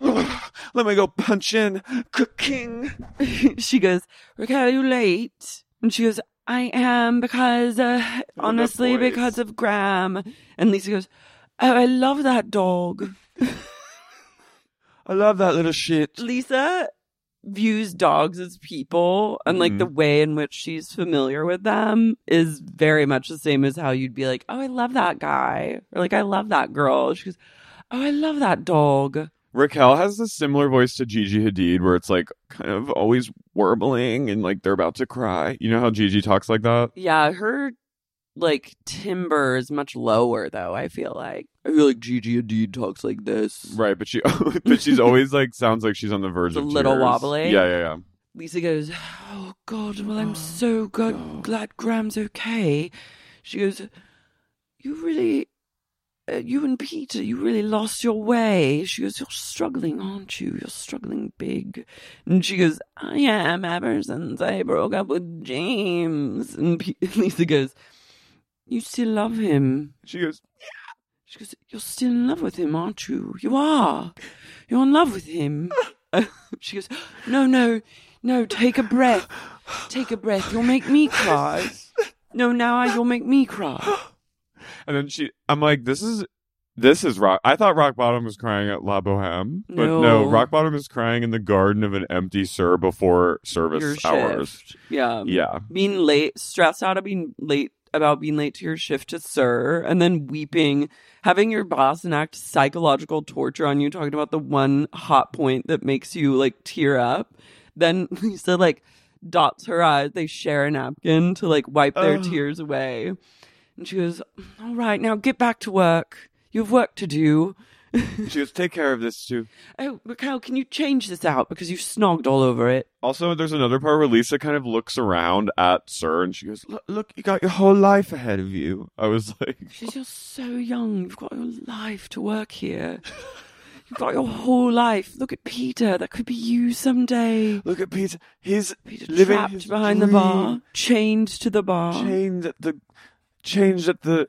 C: Let me go punch in. Cooking.
D: goes, she goes, Raquel, are you late? And she goes, I am because, uh,
C: that
D: honestly,
C: voice.
D: because of Graham. And Lisa goes, Oh, I love that dog.
C: I love that little shit.
D: Lisa views dogs as people, and like the way in which she's familiar with them is very much the same as how you'd be like, "Oh, I love that guy," or like, "I love that girl." She goes, "Oh, I love that dog."
C: Raquel has a similar voice to Gigi Hadid, where it's like kind of always warbling and like they're about to cry. You know how Gigi talks like that?
D: Yeah, her like timber is much lower though. I feel like I feel like Gigi Hadid talks like this.
C: Right, but she, but she's always like sounds like she's on the verge
D: It's a
C: of
D: little
C: tears.
D: wobbly.
C: Yeah, yeah, yeah.
D: Lisa goes, Oh God, well, I'm so glad, glad Graham's okay. She goes, You really, uh, you and Peter, you really lost your way. She goes, You're struggling, aren't you? You're struggling big. And she goes, I am ever since I broke up with James. And P- Lisa goes, You still love him.
C: She goes,
D: She goes, You're still in love with him, aren't you? You are. You're in love with him. she goes, No, no, no, take a breath. Take a breath. You'll make me cry. No, now I, you'll make me cry.
C: and then she. I'm like, this is this is rock. I thought Rock Bottom was crying at La Boheme, but no,
D: No.
C: Rock Bottom is crying in the garden of an empty sir before service hours.
D: shift. Yeah.
C: Yeah,
D: Being late, stressed out of being late about being late to your shift to sir, and then weeping, having your boss enact psychological torture on you, talking about the one hot point that makes you like tear up. Then Lisa like dots her eyes. They share a napkin to like wipe their tears away. And she goes, All right, now get back to work. You have work to do.
C: she goes, take care of this too.
D: Oh, Raquel, can you change this out? Because you snogged all over it.
C: Also, there's another part where Lisa kind of looks around at Sir and she goes, "Look, look, you got your whole life ahead of you." I was like,
D: She says, You're so young. You've got your life to work here. You've got your whole life. Look at Peter. That could be you someday.
C: "Look at Peter. He's
D: Peter
C: living his
D: trapped behind the bar, chained to the bar.
C: dream, chained at the, chained at the."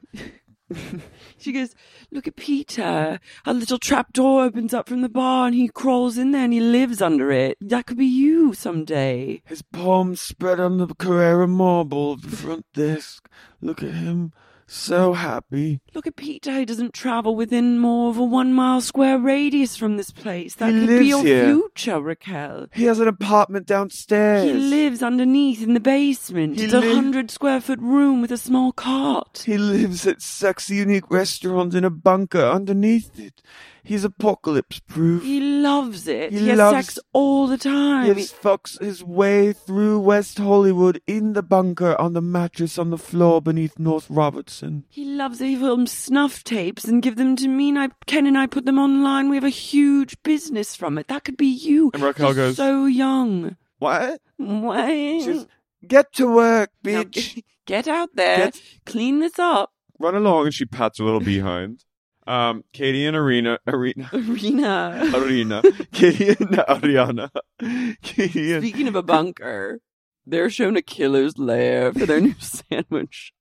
D: She goes, Look at Peter. A little trap door opens up from the bar and he crawls in there and he lives under it. That could be you someday.
C: His palms spread on the Carrera marble of the front desk. Look at him, so happy.
D: Look at Peter. He doesn't travel within more of a one mile square radius from this place. That
C: He
D: could be
C: lives
D: your
C: here.
D: future, Raquel.
C: He has an apartment downstairs.
D: He lives underneath in the basement.
C: He
D: it's a
C: live-
D: hundred square foot room with a small cart.
C: He lives at sexy, unique restaurant in a bunker underneath it. He's apocalypse proof.
D: He loves it.
C: He
D: He, has
C: loves-
D: sex all the time.
C: Gibbs fucks his way through West Hollywood in the bunker on the mattress on the floor beneath North Robertson.
D: He loves it. He films snuff tapes and give them to me. And I, Ken and I put them online. We have a huge business from it. That could be you.
C: And Raquel
D: You're
C: goes-
D: so young.
C: What?
D: What?
C: She's, get to work,
D: Now,
C: bitch.
D: get out there.
C: Get-
D: Clean this up.
C: Run along, and she pats her little behind. Um, Katie and Arena, Arena,
D: Arena.
C: Arena, Katie and Ariana, Katie and
D: Speaking of a bunker, they're shown a killer's lair for their new sandwich.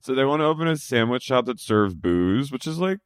C: So they want to open a sandwich shop that serves booze, which is like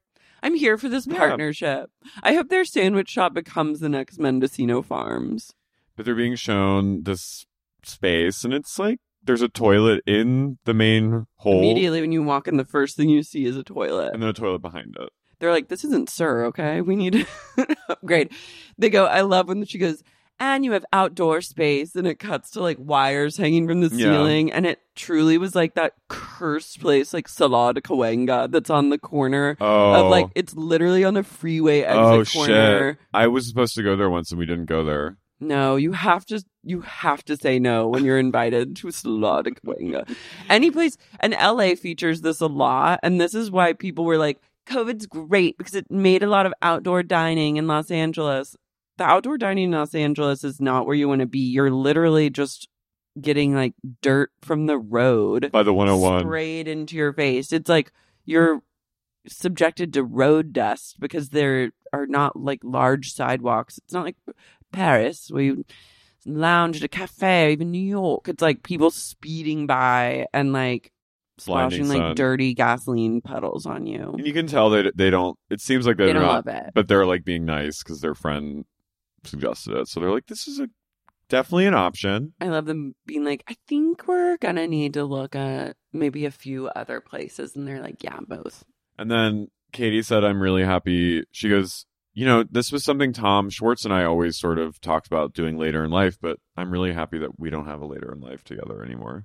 D: I'm here for this
C: Yeah.
D: partnership. I hope their sandwich shop becomes the next Mendocino Farms.
C: but they're being shown this space and it's like there's a toilet in the main hole
D: Immediately when you walk in, the first thing you see is a toilet.
C: and then a toilet behind it.
D: They're like, this isn't Sir, okay? We need to upgrade. They go, I love when she goes, and you have outdoor space. And it cuts to like wires hanging from the
C: Yeah.
D: ceiling. And it truly was like that cursed place, like Salad Cahuenga, that's on the corner
C: Oh.
D: of like, it's literally on a freeway exit
C: oh
D: corner.
C: shit. I was supposed to go there once and we didn't go there.
D: No, you have to you have to say no when you're invited to a salon in Cahuenga. Any place and LA features this a lot, and this is why people were like, COVID's great because it made a lot of outdoor dining in Los Angeles. The outdoor dining in Los Angeles is not where you want to be. You're literally just getting like dirt from the road
C: By the 101.
D: sprayed into your face. It's like you're subjected to road dust because there are not like large sidewalks. It's not like Paris where you lounge at a cafe, or even New York. It's like people speeding by and like
C: Blinding
D: splashing like
C: sun.
D: dirty gasoline puddles on you.
C: And you can tell they they don't. It seems like they're
D: They don't
C: not,
D: love it.
C: but they're like being nice because their friend suggested it. So they're like, this is a definitely an option.
D: I love them being like, I think we're gonna need to look at maybe a few other places, and they're like, Yeah, both.
C: And then Katie said, I'm really happy. She goes, You know, this was something Tom Schwartz and I always sort of talked about doing later in life, but I'm really happy that we don't have a later in life together anymore.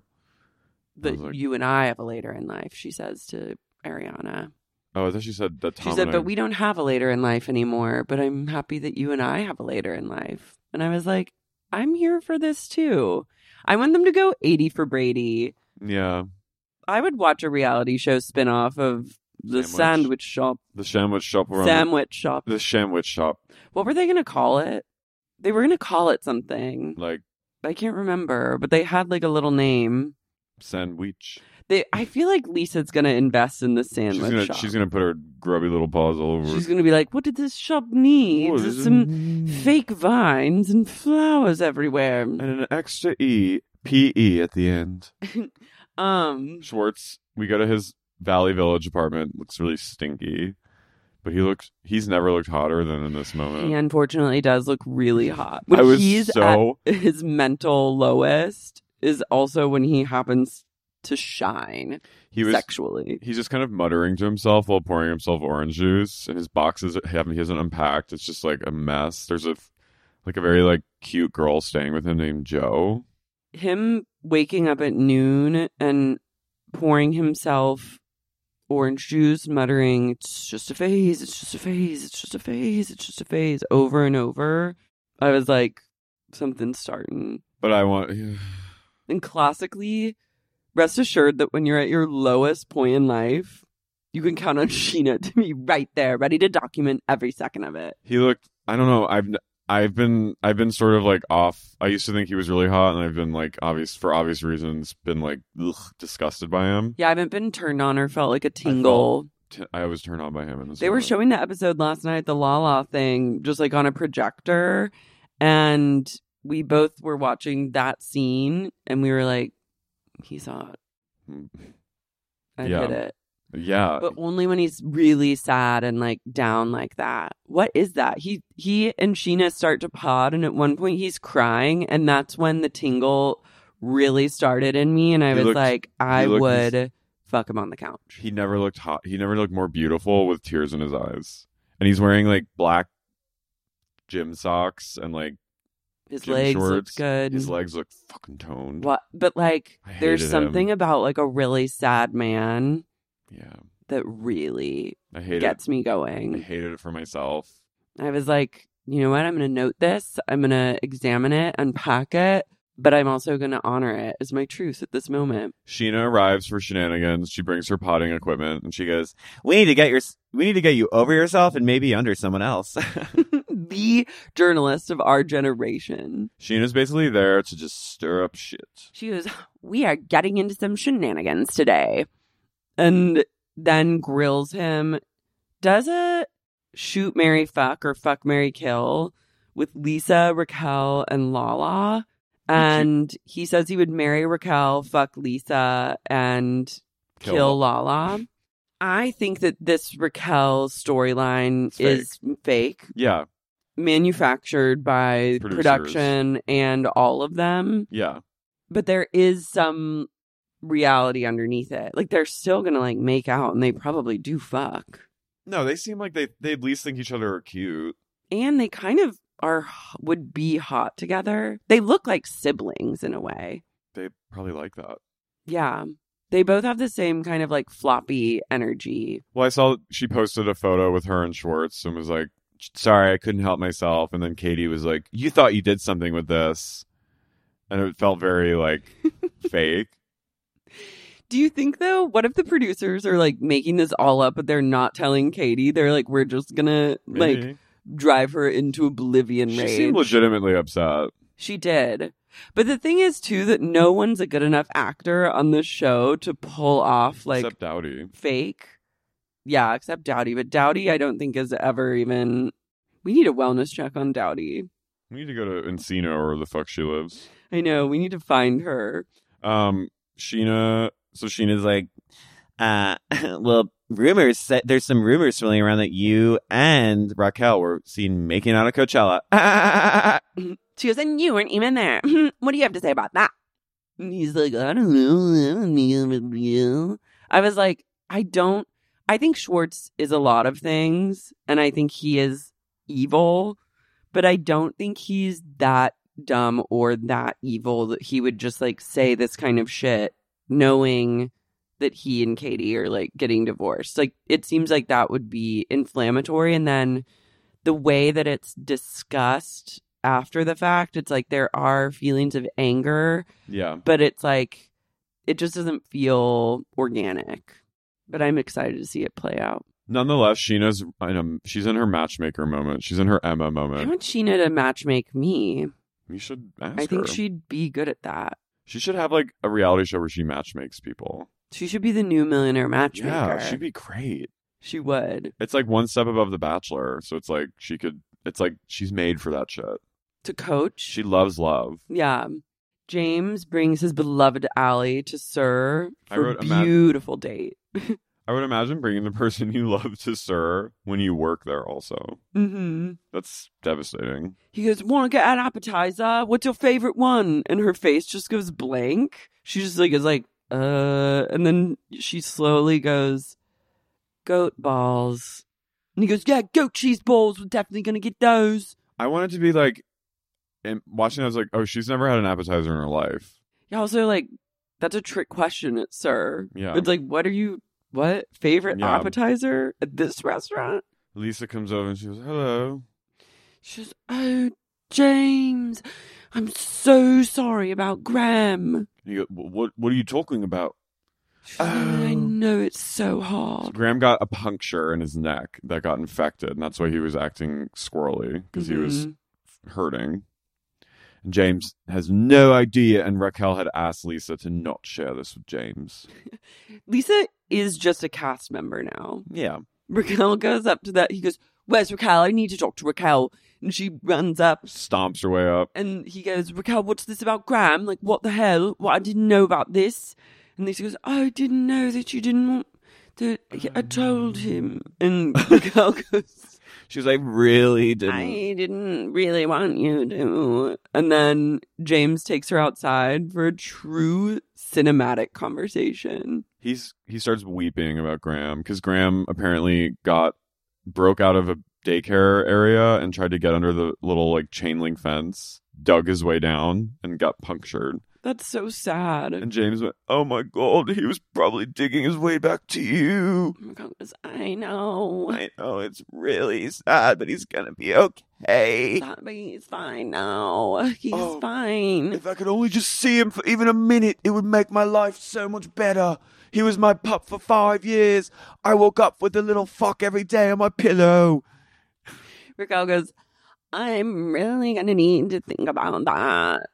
D: That
C: was like-
D: you and I have a later in life, she says to Ariana.
C: Oh, I thought she said that
D: She
C: Tom.
D: said,
C: and I-
D: But we don't have a later in life anymore, but I'm happy that you and I have a later in life. And I was like, I'm here for this too. I want them to go 80 for Brady.
C: Yeah.
D: I would watch a reality show spin off of the
C: Sandwich.
D: sandwich, shop,
C: The sandwich shop. around
D: sandwich shop.
C: The, the sandwich shop.
D: What were they going to call it? They were going to call it something.
C: Like
D: I can't remember, but they had like a little name.
C: sandwich.
D: They, I feel like Lisa's gonna invest in the sandwich
C: she's gonna
D: shop.
C: she's gonna put her grubby little paws all over.
D: She's gonna be like, "What did this shop need?
C: Whoa,
D: There's
C: this
D: some
C: is-
D: fake vines and flowers everywhere."
C: and an extra E P E at the end.
D: Um,
C: Schwartz, we go to his Valley Village apartment. Looks really stinky, but he looks he's never looked hotter than in this moment.
D: he unfortunately does look really hot. When
C: I was
D: he's
C: so-
D: at his mental lowest is also when he happens to shine
C: he was
D: sexually.
C: he's just kind of muttering to himself while pouring himself orange juice, and his boxes haven't he hasn't unpacked. It's just like a mess. There's a f- like a very like cute girl staying with him named Joe.
D: him waking up at noon and pouring himself orange juice, muttering, It's just a phase, it's just a phase, it's just a phase, it's just a phase, over and over. I was like, Something's starting.
C: But I want
D: And classically, rest assured that when you're at your lowest point in life, you can count on Sheena to be right there, ready to document every second of it.
C: he looked. I don't know. I've n- I've been I've been sort of like off. I used to think he was really hot, and I've been like obvious for obvious reasons been like ugh, disgusted by him.
D: Yeah, I haven't been turned on or felt like a tingle.
C: T- I always turn on by him. In this
D: They were
C: moment.
D: showing the episode last night, the La La thing, just like on a projector. And we both were watching that scene and we were like, he's hot. I
C: Hmm. Yeah.
D: get it.
C: Yeah,
D: But only when he's really sad and like down like that. What is that? He he and Sheena start to pod and at one point he's crying and that's when the tingle really started in me and I
C: He
D: was
C: looked-
D: like, I
C: looked-
D: would fuck him on the couch.
C: he never looked hot. He never looked more beautiful with tears in his eyes, and he's wearing like black gym socks and like
D: His
C: gym
D: legs
C: shorts.
D: looked good.
C: His legs look fucking toned.
D: What? But like,
C: I
D: there's
C: hated
D: something
C: him.
D: about like a really sad man
C: Yeah,
D: that really
C: I hated.
D: gets me
C: I
D: going.
C: hated it for myself.
D: I was like, you know what? I'm gonna note this. I'm gonna examine it, unpack it, but I'm also gonna honor it as my truth at this moment.
C: Sheena arrives for shenanigans. She brings her potting equipment and she goes, "We need to get your we need to get you over yourself and maybe under someone else."
D: the journalist of our generation.
C: Sheena's basically there to just stir up shit.
D: She goes, We are getting into some shenanigans today. And then grills him. Does a shoot Mary fuck or fuck Mary kill with Lisa, Raquel, and Lala. And he says he would marry Raquel, fuck Lisa, and
C: Kill
D: kill, Lala. I think that this Raquel storyline
C: It's fake.
D: is fake
C: Yeah,
D: manufactured by
C: Producers.
D: production and all of them,
C: yeah.
D: but there is some reality underneath it. Like they're still gonna like make out and they probably do fuck.
C: No, they seem like they they at least think each other are cute.
D: And they kind of are would be hot together. They look like siblings in a way.
C: They probably like that.
D: Yeah. They both have the same kind of like floppy energy.
C: Well, I saw she posted a photo with her and Schwartz and was like, "Sorry, I couldn't help myself." And then Katie was like, "You thought you did something with this," and it felt very like fake.
D: Do you think though, what if the producers are like making this all up but they're not telling Katie? They're like, we're just gonna like
C: Maybe.
D: drive her into oblivion
C: she
D: rage.
C: seemed legitimately upset.
D: She did. But the thing is, too, that no one's a good enough actor on this show to pull off like
C: Except Dowdy.
D: fake. yeah, except Dowdy. But Dowdy, I don't think is ever even. We need a wellness check on Dowdy.
C: We need to go to Encino or where the fuck she lives.
D: I know we need to find her.
C: Um, Sheena. So Sheena's like,
F: Uh, well, rumors that there's some rumors swirling around that you and Raquel were seen making out at Coachella.
D: She goes, and you weren't even there. what do you have to say about that? And he's like, I don't know. I don't know about you." I was like, I don't. I think Schwartz is a lot of things, and I think he is evil, but I don't think he's that dumb or that evil that he would just like say this kind of shit knowing that he and Katie are like getting divorced. Like, it seems like that would be inflammatory. And then the way that it's discussed after the fact, it's like there are feelings of anger,
C: yeah,
D: but it's like it just doesn't feel organic. But I'm excited to see it play out.
C: Nonetheless, Sheena's in a, she's in her matchmaker moment. She's in her Emma
D: I
C: moment.
D: want Sheena to matchmake me.
C: You should ask
D: I think
C: her.
D: she'd be good at that.
C: She should have like a reality show where she matchmakes people.
D: She should be the new millionaire matchmaker.
C: Yeah, she'd be great.
D: She would.
C: It's like one step above The Bachelor, so it's like she could. It's like she's made for that shit.
D: To coach.
C: She loves love.
D: yeah. James brings his beloved Allie to Sir
C: I
D: for
C: wrote
D: a
C: a ma-
D: beautiful date.
C: I would imagine bringing the person you love to Sir when you work there. Also,
D: Mm-hmm.
C: that's devastating.
D: He goes, "Want to get an appetizer? What's your favorite one?" And her face just goes blank. She just like is like, "Uh," and then she slowly goes, "Goat balls." And he goes, "Yeah, goat cheese balls. We're definitely gonna get those."
C: I wanted to be like, and watching, I was like, oh, she's never had an appetizer in her life.
D: Yeah, also like, that's a trick question, sir.
C: Yeah.
D: it's like, what are you? What favorite
C: Yeah.
D: appetizer at this restaurant?
C: Lisa comes over and she goes, hello.
D: She goes, "Oh, James, I'm so sorry about Graham."
C: And you go, "Wh- what? What are you talking about?
D: She goes, I
C: Oh.
D: know it's so
C: So
D: hard.
C: Graham got a puncture in his neck that got infected, and that's why he was acting squirrely because he was
D: Mhm.
C: hurting. And James has no idea, and Raquel had asked Lisa to not share this with James.
D: Lisa is just a cast member now.
C: Yeah,
D: Raquel goes up to that. He goes, Where's Raquel? I need to talk to Raquel. And she runs up
C: stomps her way up.
D: and he goes, Raquel, what's this about Graham? Like, what the hell? What? I didn't know about this. And Lisa goes, "Oh, I didn't know that you didn't want that. I told him. And Raquel goes,
F: She's like, really didn't.
D: I didn't really want you to. And then James takes her outside for a true cinematic conversation.
C: He's he starts weeping about Graham because Graham apparently got broke out of a daycare area and tried to get under the little like chain link fence, dug his way down, and got punctured.
D: That's so sad.
C: And James went, "Oh my god, he was probably digging his way back to you."
D: Raquel goes, I know.
F: I know it's really sad, but he's gonna be okay.
D: Stop, but he's fine now. He's
F: Oh.
D: fine.
F: If I could only just see him for even a minute, it would make my life so much better. He was my pup for five years. I woke up with a little fuck every day on my pillow.
D: Raquel goes, I'm really gonna need to think about that.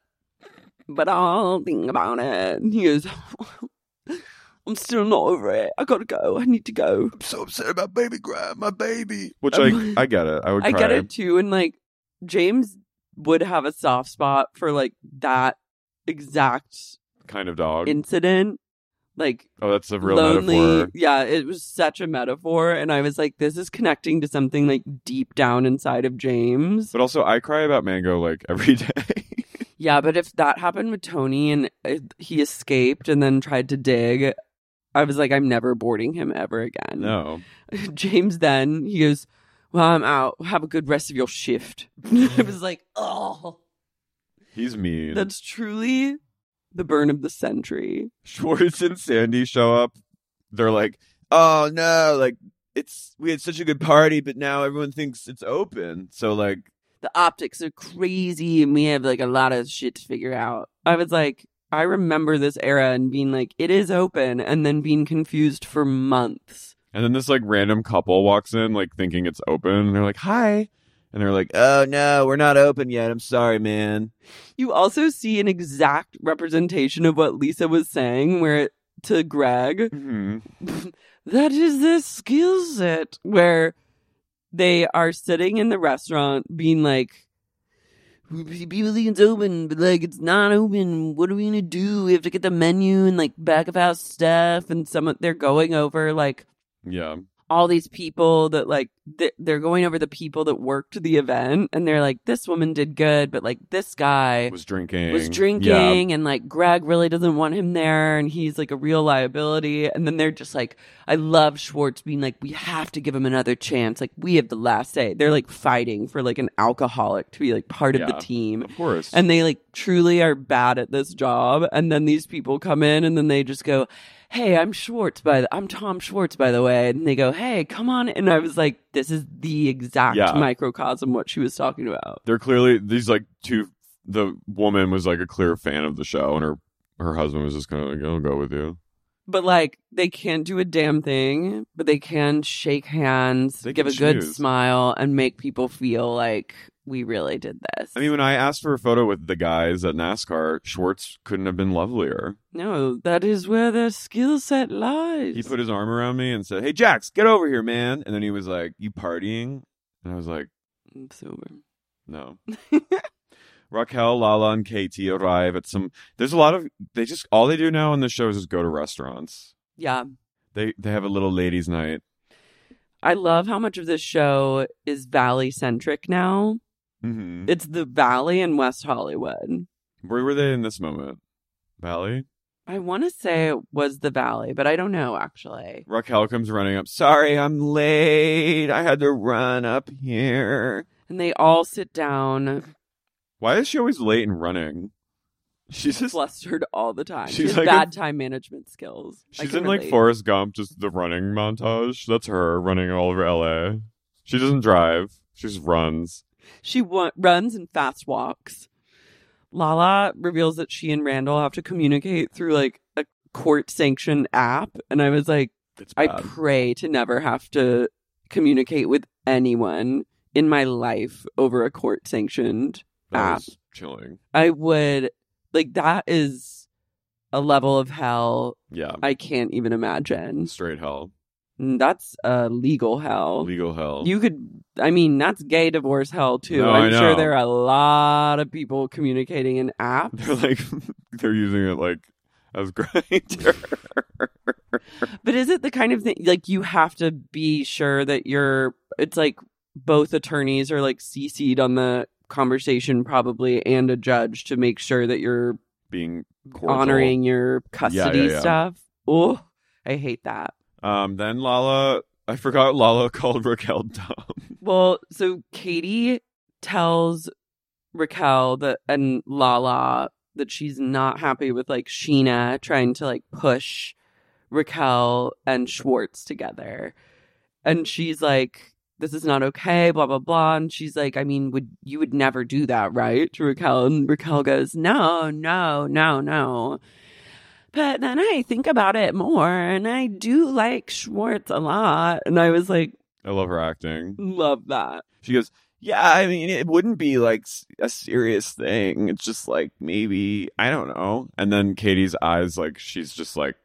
D: But I'll think about it. And he goes, I'm still not over it. I gotta go. I need to go. Um,
F: I'm so upset about baby Graham, my baby.
C: Which I I get it. I would.
D: I
C: cry.
D: get it too. And like James would have a soft spot for like that exact
C: Kind of dog.
D: incident. Like
C: oh, that's a real
D: lonely.
C: metaphor.
D: Yeah, it was such a metaphor, and I was like, this is connecting to something like deep down inside of James.
C: But also, I cry about Mango like every day.
D: Yeah, but if that happened with Tony and uh, he escaped and then tried to dig, I was like, I'm never boarding him ever again.
C: no,
D: James then he goes, "Well, I'm out. Have a good rest of your shift." I was like, oh,
C: he's mean.
D: that's truly the burn of the century.
C: Schwartz and Sandy show up. They're like,
F: Oh no, like it's we had such a good party, but now everyone thinks it's open. So like
D: the optics are crazy and we have like a lot of shit to figure out. I was like, I remember this era and being like, it is open and then being confused for months.
C: and then this like random couple walks in, like thinking it's open. And they're like, "Hi," and they're like,
F: Oh no, we're not open yet. I'm sorry, man.
D: You also see an exact representation of what Lisa was saying where to Greg
C: hmm
D: that is this skill set where they are sitting in the restaurant being like people think it's open but like it's not open what are we gonna do we have to get the menu and like back of house stuff and some of- they're going over like
C: Yeah.
D: all these people that like th- they're going over the people that worked the event and they're like this woman did good but like this guy
C: Was drinking.
D: was
C: Yeah.
D: drinking and like Greg really doesn't want him there and he's like a real liability. And then they're just like, I love Schwartz being like, we have to give him another chance. Like we have the last say. They're like fighting for like an alcoholic to be like part of
C: Yeah.
D: the team.
C: Of course.
D: And they like truly are bad at this job. And then these people come in and then they just go, Hey, I'm Schwartz by the, I'm Tom Schwartz by the way. And they go, Hey, come on. in." And I was like, this is the exact
C: Yeah.
D: microcosm what she was talking about.
C: they're clearly these like two the woman was like a clear fan of the show and her her husband was just kind of like i'll go with you
D: but like they can't do a damn thing, but they can shake hands,
C: They
D: give
C: can
D: a good
C: choose.
D: smile, and make people feel like we really did this.
C: i mean when i asked for a photo with the guys at nascar schwartz couldn't have been lovelier
D: no, that is where the skill set lies.
C: he put his arm around me and said hey jax get over here man and then he was like you partying and i was like
D: I'm sober.
C: no raquel lala and katie arrive at some there's a lot of they just all they do now on the show is just go to restaurants
D: Yeah,
C: they they have a little ladies night
D: I love how much of this show is valley centric now.
C: hmm
D: It's the valley in West Hollywood.
C: where were they in this moment valley
D: I want to say it was the valley, but I don't know actually.
C: Raquel comes running up. Sorry, I'm late. I had to run up here.
D: And they all sit down,
C: Why is she always late and running? She's just
D: flustered all the time. She
C: She's
D: has
C: like
D: bad
C: a-
D: time management skills. I
C: she's
D: can
C: in like
D: relate.
C: Forrest Gump, just the running montage. That's her running all over LA. She doesn't drive. She just runs.
D: She wa- runs and fast walks. Lala reveals that she and Randall have to communicate through like a court sanctioned app. And I was like,
C: It's
D: I
C: bad.
D: pray to never have to communicate with anyone in my life over a court sanctioned
C: That
D: app.
C: was chilling.
D: I would like that is a level of hell
C: Yeah.
D: I can't even imagine.
C: Straight hell.
D: That's uh, legal hell.
C: Legal hell.
D: You could, I mean, that's gay divorce hell too.
C: No, I
D: I'm
C: know.
D: sure there are a lot of people communicating in
C: They're
D: apps,
C: like they're using it like as grinder.
D: but is it the kind of thing like you have to be sure that you're? It's like both attorneys are like cc'd on the conversation probably, and a judge to make sure that you're
C: Being cordial.
D: honoring your custody
C: yeah, yeah.
D: stuff. Oh, I hate that.
C: Um then Lala I forgot Lala called Raquel dumb.
D: Well, so Katie tells Raquel that and Lala that she's not happy with like Sheena trying to like push Raquel and Schwartz together. And she's like, This is not okay, blah blah blah. And she's like, I mean, would you would never do that, right? To Raquel. And Raquel goes, No, no, no, no. But then I think about it more and I do like Schwartz a lot. And I was like,
C: I love her acting.
D: love that.
C: She goes, Yeah, I mean, it wouldn't be like s- a serious thing. It's just like maybe, I don't know. And then Katie's eyes, like, she's just like,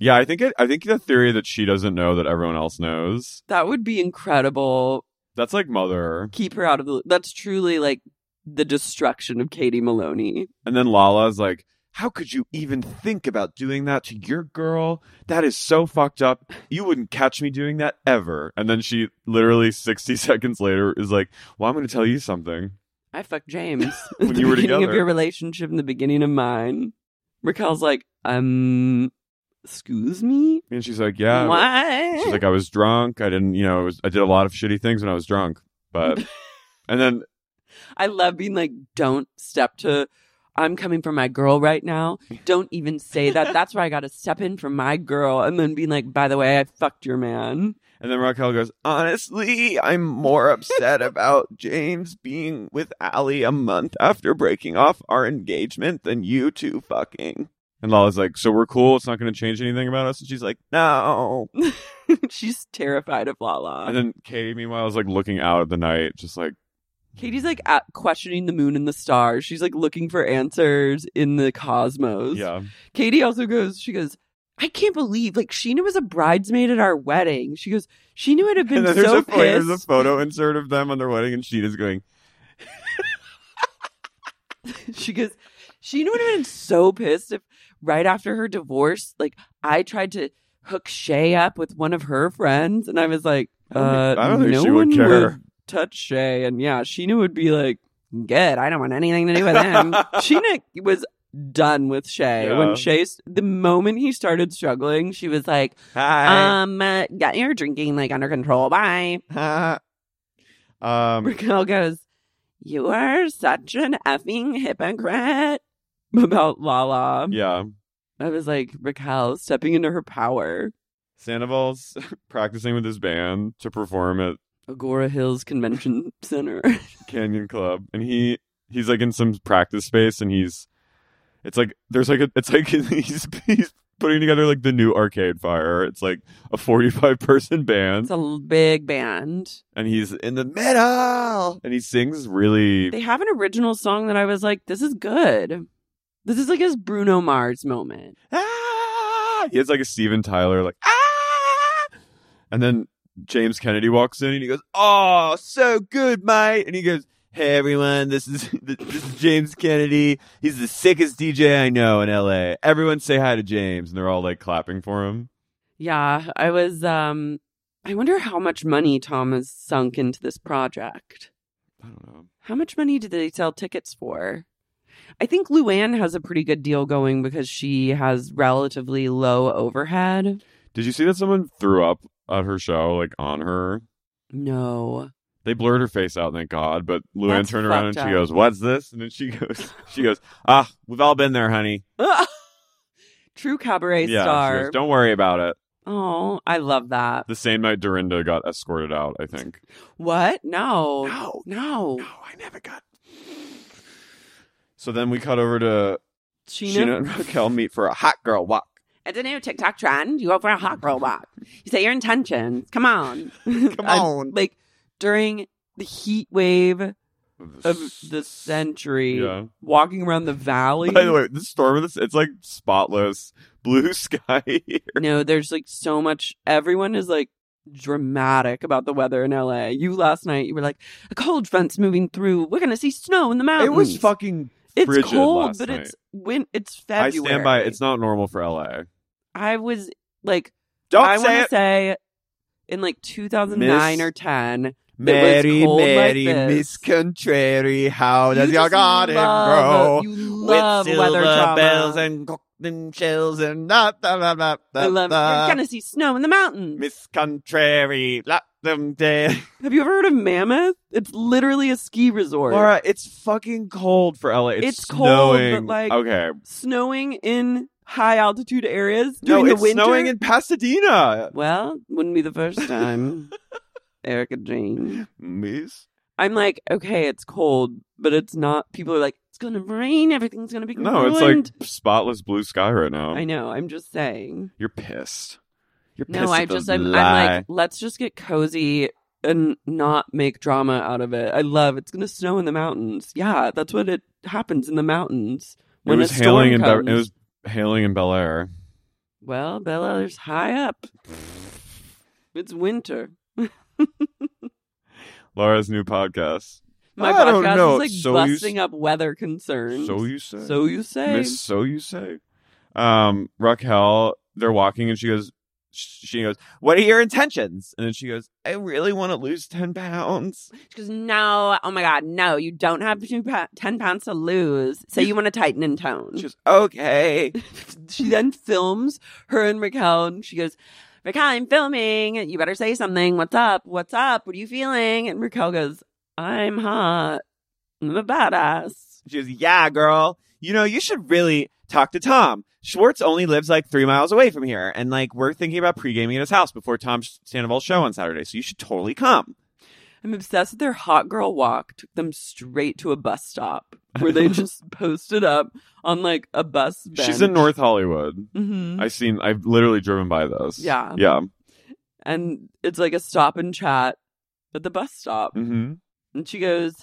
C: Yeah, I think it, I think the theory that she doesn't know that everyone else knows,
D: That would be incredible.
C: that's like mother.
D: Keep her out of the. That's truly like the destruction of Katie Maloney.
C: And then Lala's like, How could you even think about doing that to your girl? That is so fucked up. You wouldn't catch me doing that ever. And then she literally 60 seconds later is like, Well, I'm going to tell you something.
D: I fucked James
C: When
D: at the
C: you were
D: beginning
C: together.
D: of your relationship and the beginning of mine. Raquel's like, um, excuse me,
C: And she's like, Yeah.
D: what?
C: She's like, I was drunk. I didn't, you know, it was, I did a lot of shitty things when I was drunk. But, and then,
D: I love being like, don't step to. I'm coming for my girl right now. Don't even say that. That's where I got to step in for my girl. And then being like, by the way, I fucked your man.
C: and then Raquel goes, honestly, I'm more upset about James being with Allie a month after breaking off our engagement than you two fucking. And Lala's like, so we're cool. It's not going to change anything about us. And she's like, no.
D: She's terrified of Lala.
C: And then Katie, meanwhile, is like looking out at the night, just like,
D: Katie's like at questioning the moon and the stars. She's like looking for answers in the cosmos.
C: yeah.
D: Katie also goes, she goes, I can't believe like Sheena was a bridesmaid at our wedding. She goes, she knew I'd have been
C: and then there's,
D: so
C: a, photo- there's a
D: pissed.
C: photo insert of them on their wedding, and Sheena's going,
D: she goes, she knew I'd have been so pissed if right after her divorce, like I tried to hook Shay up with one of her friends, and I was like,
C: I don't
D: uh,
C: think- I don't think
D: no
C: she would
D: one
C: care.
D: touch Shay, and yeah, Sheena would be like, good, I don't want anything to do with him. Sheena was done with Shay
C: Yeah.
D: when Shay, the moment he started struggling, she was like.
C: "Hi,
D: Um, uh, got your drinking like under control. Bye.
C: hi."
D: uh,
C: um,
D: Raquel goes, "You are such an effing hypocrite." About Lala,
C: yeah,
D: I was like Raquel stepping into her power.
C: Sandoval's practicing with his band to perform at
D: Agora Hills Convention Center.
C: Canyon Club, and he he's like in some practice space, and he's it's like there's like a it's like he's he's putting together like the new Arcade Fire. It's like a 45 person
D: it's
C: band,
D: a l- big band.
C: and he's in the middle, and he sings really
D: They have an original song that I was like, "This is good." This is like his Bruno Mars moment.
C: ah! He has like a Steven Tyler like ah, and then James Kennedy walks in and he goes, "Oh, so good, mate," and he goes. Hey everyone, this is this is James Kennedy. He's the sickest DJ I know in LA. Everyone say hi to James, and they're all like clapping for him.
D: Yeah, I was. um I wonder how much money Tom has sunk into this project.
C: I don't know.
D: How much money did they sell tickets for? I think Luann has a pretty good deal going because she has relatively low overhead.
C: Did you see that someone threw up at her show, like on her?
D: No.
C: They blurred her face out, thank God. But Luann
D: That's
C: turned around and
D: fucked
C: she
D: up.
C: goes, "What's this?" And then she goes, "She goes, ah, we've all been there, honey."
D: True cabaret
C: yeah, she
D: star.
C: goes, don't worry about it.
D: Oh, I love that.
C: The same night Dorinda got escorted out, I think.
D: What? No.
C: No.
D: No.
C: No, I never got. So then we cut over to Sheena,
D: Sheena.
C: and Raquel meet for a hot girl walk.
D: It's a new TikTok trend. You go for a hot girl walk. You say your intentions. Come on. Come
C: on.
D: like during the heat wave of the century,
C: Yeah.
D: walking around the valley.
C: By the way, the storm of this, it's like spotless blue sky here.
D: No, there's like so much. Everyone is like dramatic about the weather in LA. You last night, you were like, a cold front's moving through. We're gonna see snow in the mountains.
C: It was fucking
D: It's
C: frigid
D: cold,
C: last
D: but
C: night.
D: it's win. It's
C: I
D: February.
C: stand by. it. It's not normal for LA.
D: I was like,
C: Don't
D: I
C: say
D: want to
C: it.
D: say, in like 2009
C: Miss-
D: or 10.
C: Mary,
D: cold like
C: Mary,
D: this.
C: Miss Contrary, how Oh, does
D: you
C: your
D: just
C: garden grow?
D: love, You love
C: With
D: weather
C: silver
D: drama.
C: bells and golden shells and da da da da da.
D: I love.
C: da.
D: You're gonna see snow in the mountains.
C: Miss Contrary, let them dance.
D: Have you ever heard of Mammoth? It's literally a ski resort.
C: Laura, it's fucking cold for LA. It's,
D: It's cold, but,
C: snowing.
D: like,
C: okay,
D: snowing in high altitude areas
C: no,
D: during
C: it's
D: the winter.
C: snowing in Pasadena.
D: well, wouldn't be the first time. Erica Jane.
C: Miss,
D: I'm like, okay, it's cold, but it's not. People are like, it's going to rain. Everything's going to be
C: no, it's
D: ruined."
C: like Oh. spotless blue sky right now.
D: I know. I'm just saying.
C: You're pissed. You're pissed
D: No, I
C: at the
D: just, I'm, I'm
C: lie.
D: like, let's just get cozy and not make drama out of it. I love it's going to snow in the mountains. Yeah, that's what it happens in the mountains. When
C: it was
D: a storm
C: hailing in Be-
D: comes.
C: it was hailing in Bel Air.
D: Well, Bel Air's high up. It's winter.
C: Laura's new podcast.
D: My
C: I don't
D: podcast
C: know.
D: is like
C: So you
D: busting up weather concerns.
C: So you say.
D: So you say.
C: Miss, so you say. Um, Raquel, they're walking and she goes, sh- she goes, what are your intentions? And then she goes, I really want to lose 10 pounds.
D: She goes, no, oh my God, no, you don't have two pa- 10 pounds to lose. So you want to tighten and tone.
C: She goes, okay.
D: she then films her and Raquel, and she goes, Raquel, I'm filming. You better say something. What's up? What's up? What are you feeling? And Raquel goes, I'm hot. I'm a badass.
C: She goes, yeah, girl, you know, you should really talk to Tom. Schwartz only lives like three miles away from here. And like, we're thinking about pre-gaming at his house before Tom Sandoval's show on Saturday. So you should totally come.
D: I'm obsessed with their hot girl walk. Took them straight to a bus stop where they just posted up on like a bus. Bench.
C: She's in North Hollywood.
D: Mhm.
C: I've seen, I've literally driven by those.
D: Yeah.
C: Yeah.
D: and it's like a stop and chat at the bus stop.
C: Mm-hmm.
D: And she goes,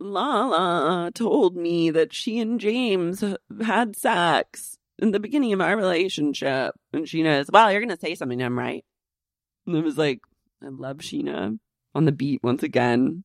D: Lala told me that she and James had sex. in the beginning of our relationship. And Sheena's, well, you're going to say something to him, right? And it was like, I love Sheena on the beat once again.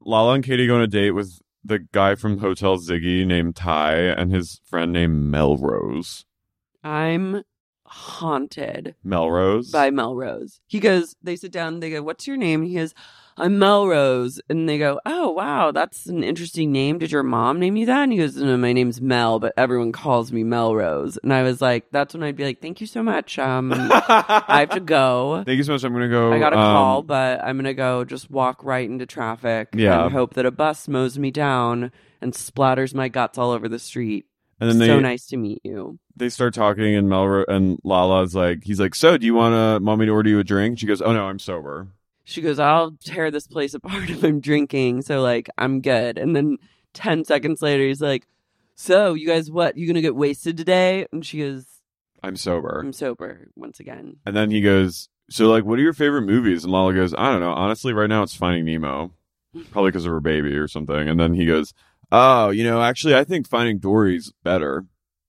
C: Lala and Katie go on a date with the guy from Hotel Ziggy named Ty and his friend named Melrose.
D: I'm haunted
C: Melrose?
D: by Melrose. He goes, they sit down, they go, What's your name? And he goes, I'm Melrose. And they go, Oh, wow, that's an interesting name. Did your mom name you that? And he goes, No, my name's Mel, but everyone calls me Melrose. And I was like, That's when I'd be like, Thank you so much. Um, I have to go.
C: Thank you so much. I'm going to go.
D: I got a
C: um,
D: call, but I'm going to go just walk right into traffic
C: Yeah.
D: and hope that a bus mows me down and splatters my guts all over the street.
C: And then
D: so
C: they-
D: nice to meet you.
C: they start talking and Melrose and Lala's like, he's like, so do you want to want me to order you a drink? She goes, oh no, I'm sober.
D: she goes, I'll tear this place apart if I'm drinking. So, like, I'm good. And then 10 seconds later, he's like, So, you guys, what? You going to get wasted today? And she goes,
C: I'm sober.
D: I'm sober once again.
C: And then he goes, so like, what are your favorite movies? And Lala goes, I don't know. Honestly, right now it's Finding Nemo, probably because of her baby or something. And then he goes, oh, you know, actually, I think Finding Dory's better.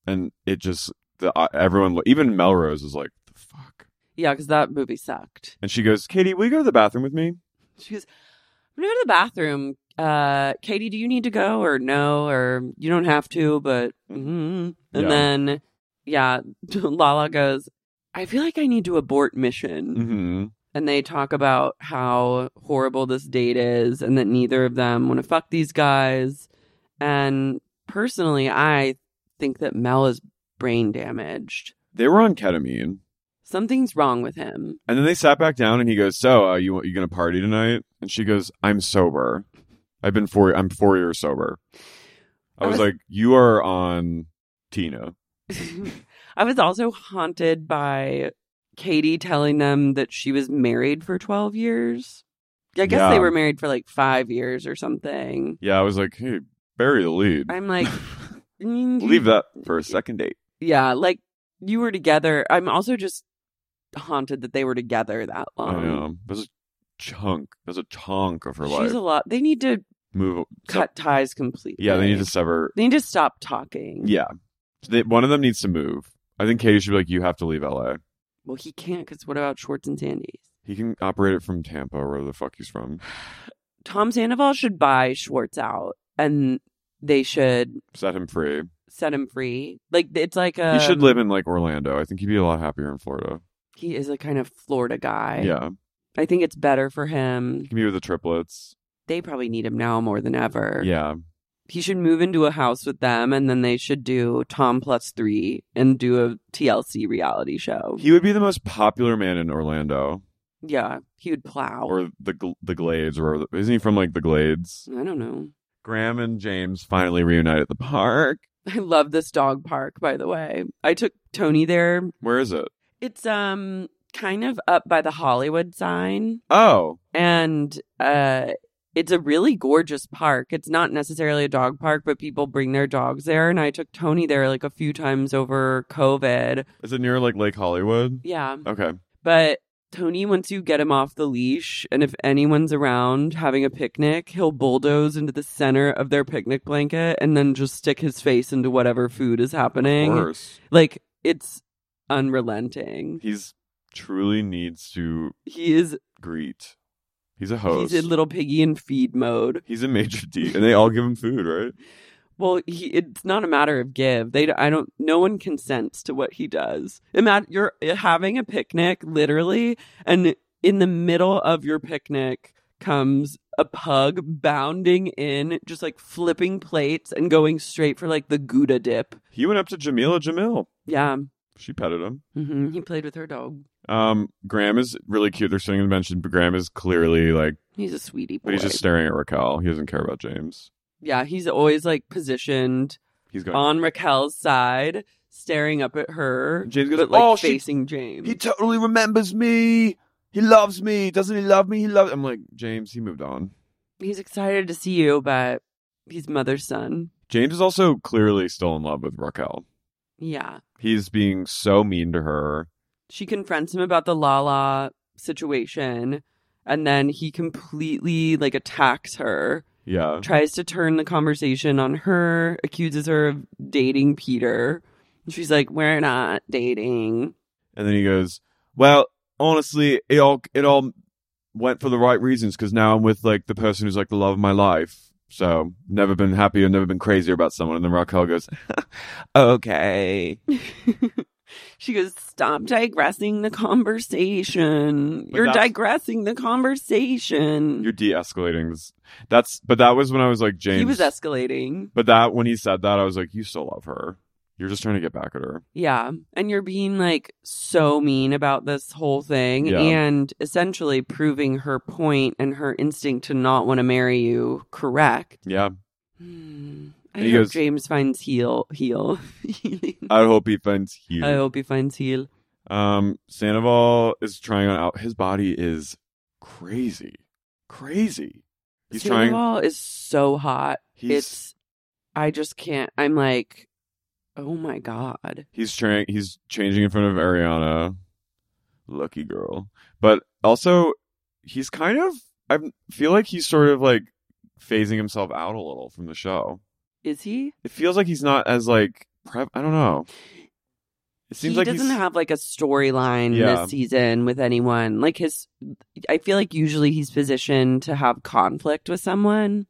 C: And it just the uh, everyone, even Melrose is like,
D: Yeah, because that movie sucked.
C: and she goes, Katie, will you go to the bathroom with me?
D: She goes, I'm going to go to the bathroom. Uh, Katie, do you need to go or no? Or you don't have to, but. mhm." And
C: Yeah.
D: then, yeah, Lala goes, I feel like I need to abort mission.
C: Mm-hmm.
D: and they talk about how horrible this date is and that neither of them want to fuck these guys. And personally, I think that Mel is brain damaged.
C: They were on ketamine.
D: Something's wrong with him.
C: And then they sat back down, and he goes, "So, uh, you you gonna party tonight?" And she goes, "I'm sober. I've been four. I'm four years sober." I
D: I
C: was
D: was-
C: like, "You are on Tina."
D: I was also haunted by Katie telling them that she was married for 12 years. I guess
C: Yeah.
D: they were married for like five years or something.
C: Yeah, I was like, "Hey, bury the lead.
D: I'm like, mm,
C: Leave that for a second date."
D: yeah, like you were together. I'm also just haunted that they were together that long.
C: I know. There's a chunk. There's a chunk of her
D: She's
C: life.
D: a lot. They need to
C: Move.
D: cut ties completely.
C: Yeah, they need to sever.
D: They need to stop talking.
C: Yeah, they, one of them needs to move. I think Katie should be like, "You have to leave LA."
D: Well, he can't because what about Schwartz and Sandy?
C: He can operate it from Tampa, where the fuck he's from.
D: Tom Sandoval should buy Schwartz out, and they should
C: Set him free.
D: set him free. Like it's like a
C: he should live in like Orlando. I think he'd be a lot happier in Florida.
D: He is a kind of Florida guy.
C: Yeah.
D: I think it's better for him.
C: He can be with the triplets.
D: They probably need him now more than ever.
C: Yeah.
D: He should move into a house with them, and then they should do Tom plus three and do a TLC reality show.
C: He would be the most popular man in Orlando
D: yeah, he would plow.
C: or the Gl- the Glades or isn't he from like the Glades?
D: I don't know.
C: Graham and James finally reunite at the park.
D: I love this dog park, by the way. I took Tony there.
C: Where is it?
D: It's um kind of up by the Hollywood sign
C: Oh,
D: and uh it's a really gorgeous park. It's not necessarily a dog park, but people bring their dogs there and I took Tony there like a few times over COVID.
C: is it near like Lake Hollywood?
D: Yeah.
C: Okay.
D: But Tony, once you get him off the leash, and if anyone's around having a picnic, he'll bulldoze into the center of their picnic blanket and then just stick his face into whatever food is happening.
C: Worse.
D: Like it's unrelenting.
C: He's truly needs to
D: He is
C: greet. He's a host.
D: He's a little piggy in feed mode.
C: He's a major D, and they all give him food, right?
D: Well, he, it's not a matter of give. They, d- I don't. No one consents to what he does. Imagine you're eh, having a picnic, literally, and in the middle of your picnic comes a pug bounding in, just like flipping plates and going straight for like the Gouda dip.
C: He went up to Jamila Jamil.
D: Yeah.
C: She petted him.
D: hmm He played with her dog.
C: Um, Graham is really cute. They're sitting on the bench, and Graham is clearly like
D: He's a sweetie
C: But he's
D: boy.
C: just staring at Raquel. He doesn't care about James.
D: Yeah, he's always like positioned
C: He's going-
D: on Raquel's side, staring up at her.
C: James goes,
D: but, like
C: "Oh, she-
D: facing James.
F: He totally remembers me. He loves me. Doesn't he love me? He loves.
C: I'm like James. He moved on.
D: He's excited to see you, but he's mother's son.
C: James is also clearly still in love with Raquel.
D: Yeah.
C: He's being so mean to her.
D: She confronts him about the Lala situation, and then he completely like attacks her.
C: Yeah.
D: Tries to turn the conversation on her, accuses her of dating Peter. And She's like, We're not dating.
C: And then he goes, "Well, honestly, it all it all went for the right reasons because now I'm with like the person who's like the love of my life. So never been happier, never been crazier about someone." And then Raquel goes, "Okay."
D: She goes, Stop digressing the conversation.
C: But
D: You're
C: that's-
D: digressing the conversation.
C: You're de-escalating. this. That's but that was when I was like James.
D: He was escalating.
C: But that when he said that, I was like, "You still love her. You're just trying to get back at her."
D: Yeah. And you're being like so mean about this whole thing
C: Yeah.
D: and essentially proving her point and her instinct to not want to marry you correct.
C: Yeah.
D: I
C: And he
D: hope
C: goes-
D: James finds heal heal.
C: I hope he finds heal.
D: I hope he finds heal.
C: Um, Sandoval is trying on out. His body is crazy, crazy. He's trying.
D: Sandoval is so hot.
C: He's-
D: It's I just can't I'm like, oh my God.
C: He's trying. He's changing in front of Ariana. Lucky girl, but also he's kind of. I feel like he's sort of like phasing himself out a little from the show.
D: Is he?
C: It feels like he's not as like. Prev- I don't know. It seems
D: he
C: like
D: doesn't
C: he's-
D: have like a storyline
C: Yeah.
D: this season with anyone. Like his, I feel like usually he's positioned to have conflict with someone,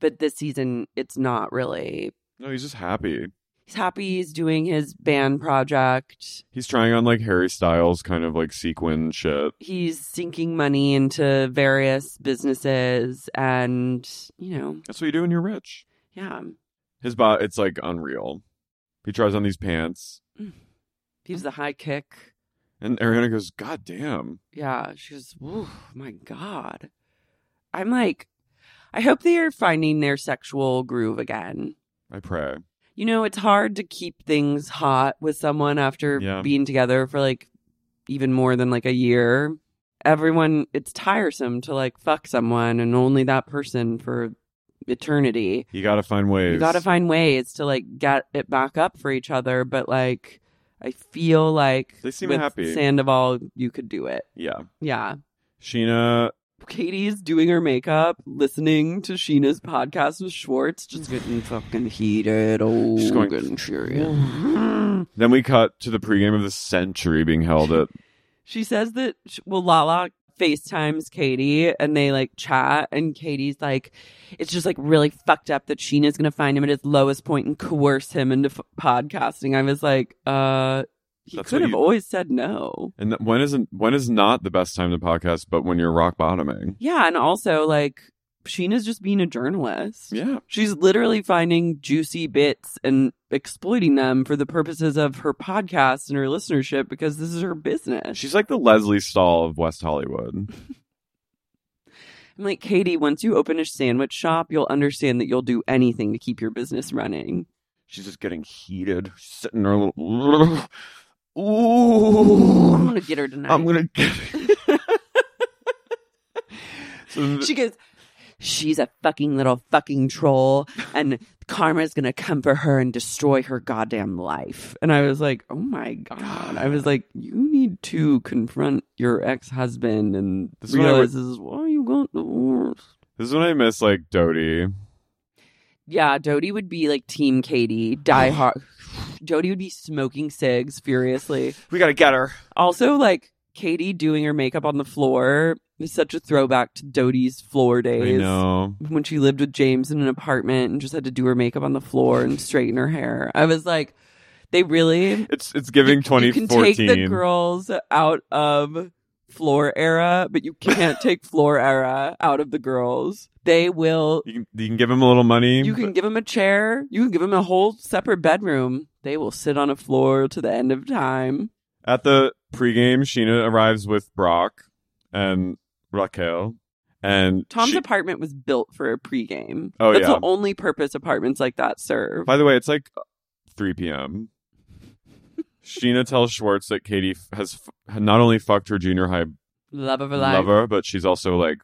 D: but this season it's not really.
C: No, he's just happy.
D: He's happy. He's doing his band project.
C: He's trying on like Harry Styles kind of like sequin shit.
D: He's sinking money into various businesses, and you know,
C: That's what you do when you're rich.
D: yeah,
C: His body, it's like unreal. He tries on these pants,
D: he was a high kick.
C: and Ariana goes, "God damn!"
D: Yeah, she goes, "Ooh, my god." I'm like, I hope they are finding their sexual groove again.
C: I pray.
D: You know, it's hard to keep things hot with someone after
C: Yeah.
D: being together for like even more than like a year. Everyone, it's tiresome to like fuck someone and only that person for eternity.
C: You got to find ways.
D: You got to find ways to like get it back up for each other, but like I feel like
C: They seem
D: with
C: happy.
D: Sandoval, you could do it.
C: Yeah,
D: Yeah.
C: Sheena.
D: Katie's doing her makeup, listening to Sheena's podcast with Schwartz, just getting fucking heated. Oh,
C: She's going-
D: getting furious.
C: Then we cut to the pregame of the century being held at.
D: She says that sh- well, Lala FaceTimes Katie and they like chat, and Katie's like, it's just like really fucked up that Sheena's gonna find him at his lowest point and coerce him into f- podcasting. I was like, uh, he
C: That's
D: could
C: what
D: have
C: you-
D: always said no.
C: And th- when isn't when is not the best time to podcast, but when you're rock bottoming.
D: Yeah, and also like Sheena's just being a journalist.
C: Yeah.
D: She's literally finding juicy bits and exploiting them for the purposes of her podcast and her listenership because this is her business.
C: She's like the Leslie Stahl of West Hollywood.
D: I'm like, Katie, once you open a sandwich shop, you'll understand that you'll do anything to keep your business running.
C: She's just getting heated, She's sitting there. Little,
D: I'm
C: Ooh,
D: gonna get her tonight.
C: I'm gonna. Get... So-
D: she goes, She's a fucking little fucking troll, and karma's gonna come for her and destroy her goddamn life. And I was like, Oh my god. I was like, You need to confront your ex husband and
C: This is when I
D: realize
C: re-
D: this is why you got divorced.
C: This is when I miss like Dodie.
D: Yeah, Dodie would be like Team Katie,
C: Oh.
D: die hard. Dodie would be smoking cigs furiously.
C: We gotta get her.
D: Also, like Katie doing her makeup on the floor is such a throwback to Dodie's floor days.
C: know.
D: When she lived with James in an apartment and just had to do her makeup on the floor and straighten her hair. I was like, they really
C: It's it's giving
D: you
C: twenty
D: can take the
C: fourteen.
D: girls out of floor era, but you can't take floor era out of the girls. They will.
C: You can, you can give him a little money.
D: You can give them a chair. You can give them a whole separate bedroom. They will sit on a floor to the end of time.
C: At the pregame, Sheena arrives with Brock and Raquel, and
D: Tom's
C: she-
D: apartment was built for a pregame.
C: Oh,
D: That's
C: yeah.
D: the only purpose apartments like that serve.
C: By the way, it's like 3 p.m. Sheena tells Schwartz that Katie f- has f- not only fucked her junior high
D: Love of her life.
C: lover, but she's also like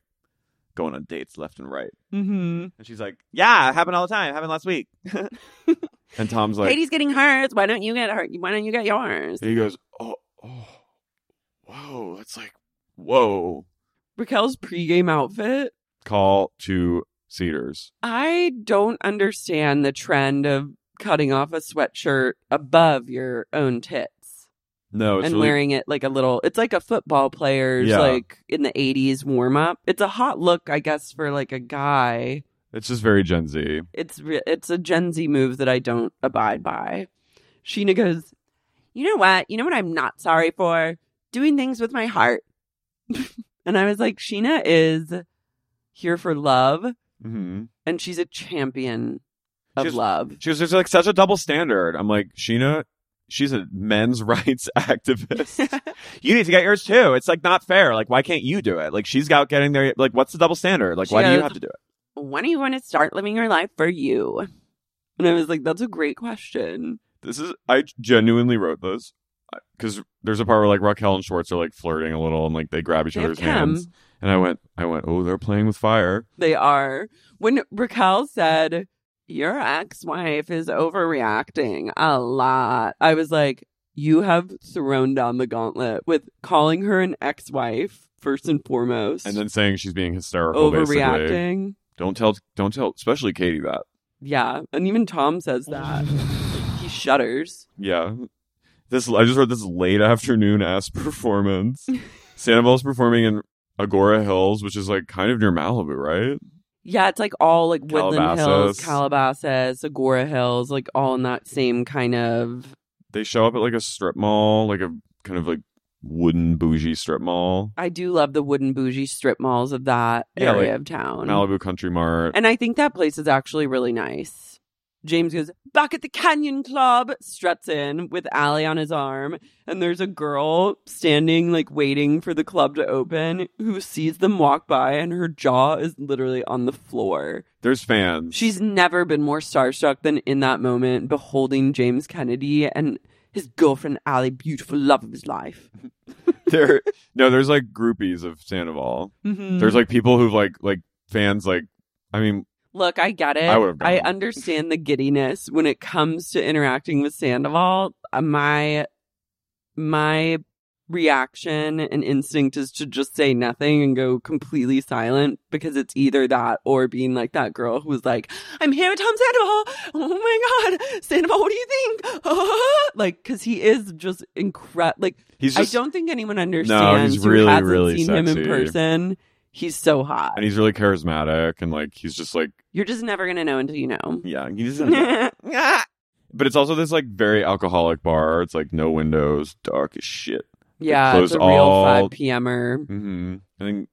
C: going on dates left and right.
D: Mm-hmm.
C: And she's like,
F: Yeah, it happened all the time. It happened last week.
C: and Tom's like,
D: Katie's getting hers. Why don't you get her? Why don't you get yours?
C: and he goes, oh, oh, whoa, that's like, whoa.
D: Raquel's pregame outfit.
C: Call to Cedars.
D: I don't understand the trend of cutting off a sweatshirt above your own tits
C: No, it's
D: and
C: really-
D: wearing it like a little. It's like a football player's
C: Yeah.
D: like in the '80s warm up. It's a hot look, I guess, for like a guy.
C: It's just very Gen Z.
D: It's re- it's a Gen Z move that I don't abide by. Sheena goes, "You know what? You know what? I'm not sorry for doing things with my heart." and I was like, "Sheena is here for love,
C: Mm-hmm.
D: and she's a champion of
C: She's-
D: love."
C: She was there's like such a double standard. I'm like, Sheena, she's a men's rights activist.
F: You need to get yours too. It's like not fair. Like, why can't you do it? Like, she's out getting there. Like, what's the double standard? Like,
D: She
F: why do you
D: goes-
F: have to do it?
D: When are you going to start living your life for you? And I was like, "That's a great question."
C: this is I genuinely wrote this because there's a part where like Raquel and Schwartz are like flirting a little and like they grab each
D: They have
C: other's
D: chem.
C: hands, and I went, I went, oh, they're playing with fire.
D: They are. When Raquel said, Your ex wife is overreacting a lot, I was like, You have thrown down the gauntlet with calling her an ex wife, first and foremost.
C: And then saying she's being hysterical, basically.
D: Overreacting.
C: Don't tell, don't tell, especially Katie that.
D: yeah. And even Tom says that. he shudders.
C: Yeah, this I just wrote this late afternoon ass performance. Sandoval's performing in Agora Hills, which is like kind of near Malibu, right?
D: Yeah, it's like all like Woodland Hills,
C: Calabasas.
D: Calabasas, Agora Hills, like all in that same kind of
C: They show up at like a strip mall, like a kind of like wooden bougie strip mall.
D: I do love the wooden bougie strip malls of that
C: Yeah,
D: area
C: like
D: of town.
C: Malibu Country Mart.
D: And I think that place is actually really nice. James goes, Back at the Canyon Club, struts in with Allie on his arm. And there's a girl standing, like waiting for the club to open, who sees them walk by and her jaw is literally on the floor.
C: There's fans.
D: She's never been more starstruck than in that moment, beholding James Kennedy and his girlfriend, Allie, beautiful love of his life.
C: there no there's like groupies of sandoval
D: Mhm.
C: there's like people who've like like fans like i mean
D: Look, I get it.
C: I would've
D: I
C: gone.
D: understand the giddiness when it comes to interacting with Sandoval. Uh, My my reaction and instinct is to just say nothing and go completely silent because it's either that or being like that girl who was like, "I'm here with Tom Sandoval. Oh my god, Sandoval, what do you think?" like, because he is just incredible. Like,
C: He's just-
D: I don't think anyone
C: he's
D: understands who
C: really,
D: hasn't
C: really
D: seen him in
C: sexy.
D: person. He's so hot.
C: and he's really charismatic and like he's just like
D: You're just never gonna know until you know.
C: yeah he doesn't- but it's also this like very alcoholic bar it's like no windows dark as shit They
D: Yeah, it's
C: closed
D: a real
C: all-
D: five PMer.
C: hmm And then,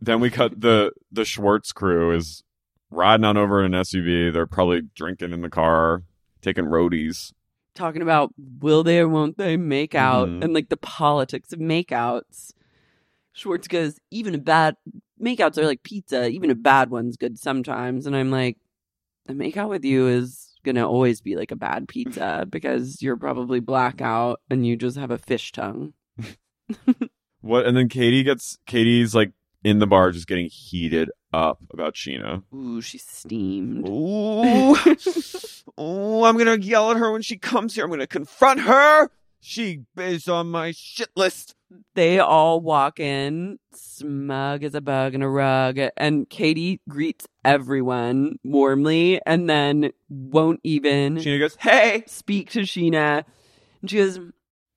C: then we cut the the Schwartz crew is riding on over in an SUV. They're probably drinking in the car, taking roadies.
D: Talking about will they or won't they make out
C: Mhm.
D: and like the politics of makeouts. Schwartz goes, even a bad makeouts are like pizza. Even a bad one's good sometimes. And I'm like, a makeout with you is gonna always be like a bad pizza because you're probably blackout and you just have a fish tongue.
C: What? And then Katie gets Katie's like in the bar, just getting heated up about Sheena.
D: Ooh, she's steamed.
F: Ooh. oh, I'm gonna yell at her when she comes here. I'm gonna confront her. She is on my shit list.
D: they all walk in smug as a bug in a rug and katie greets everyone warmly and then won't even
C: Sheena goes,
D: hey speak to sheena and she goes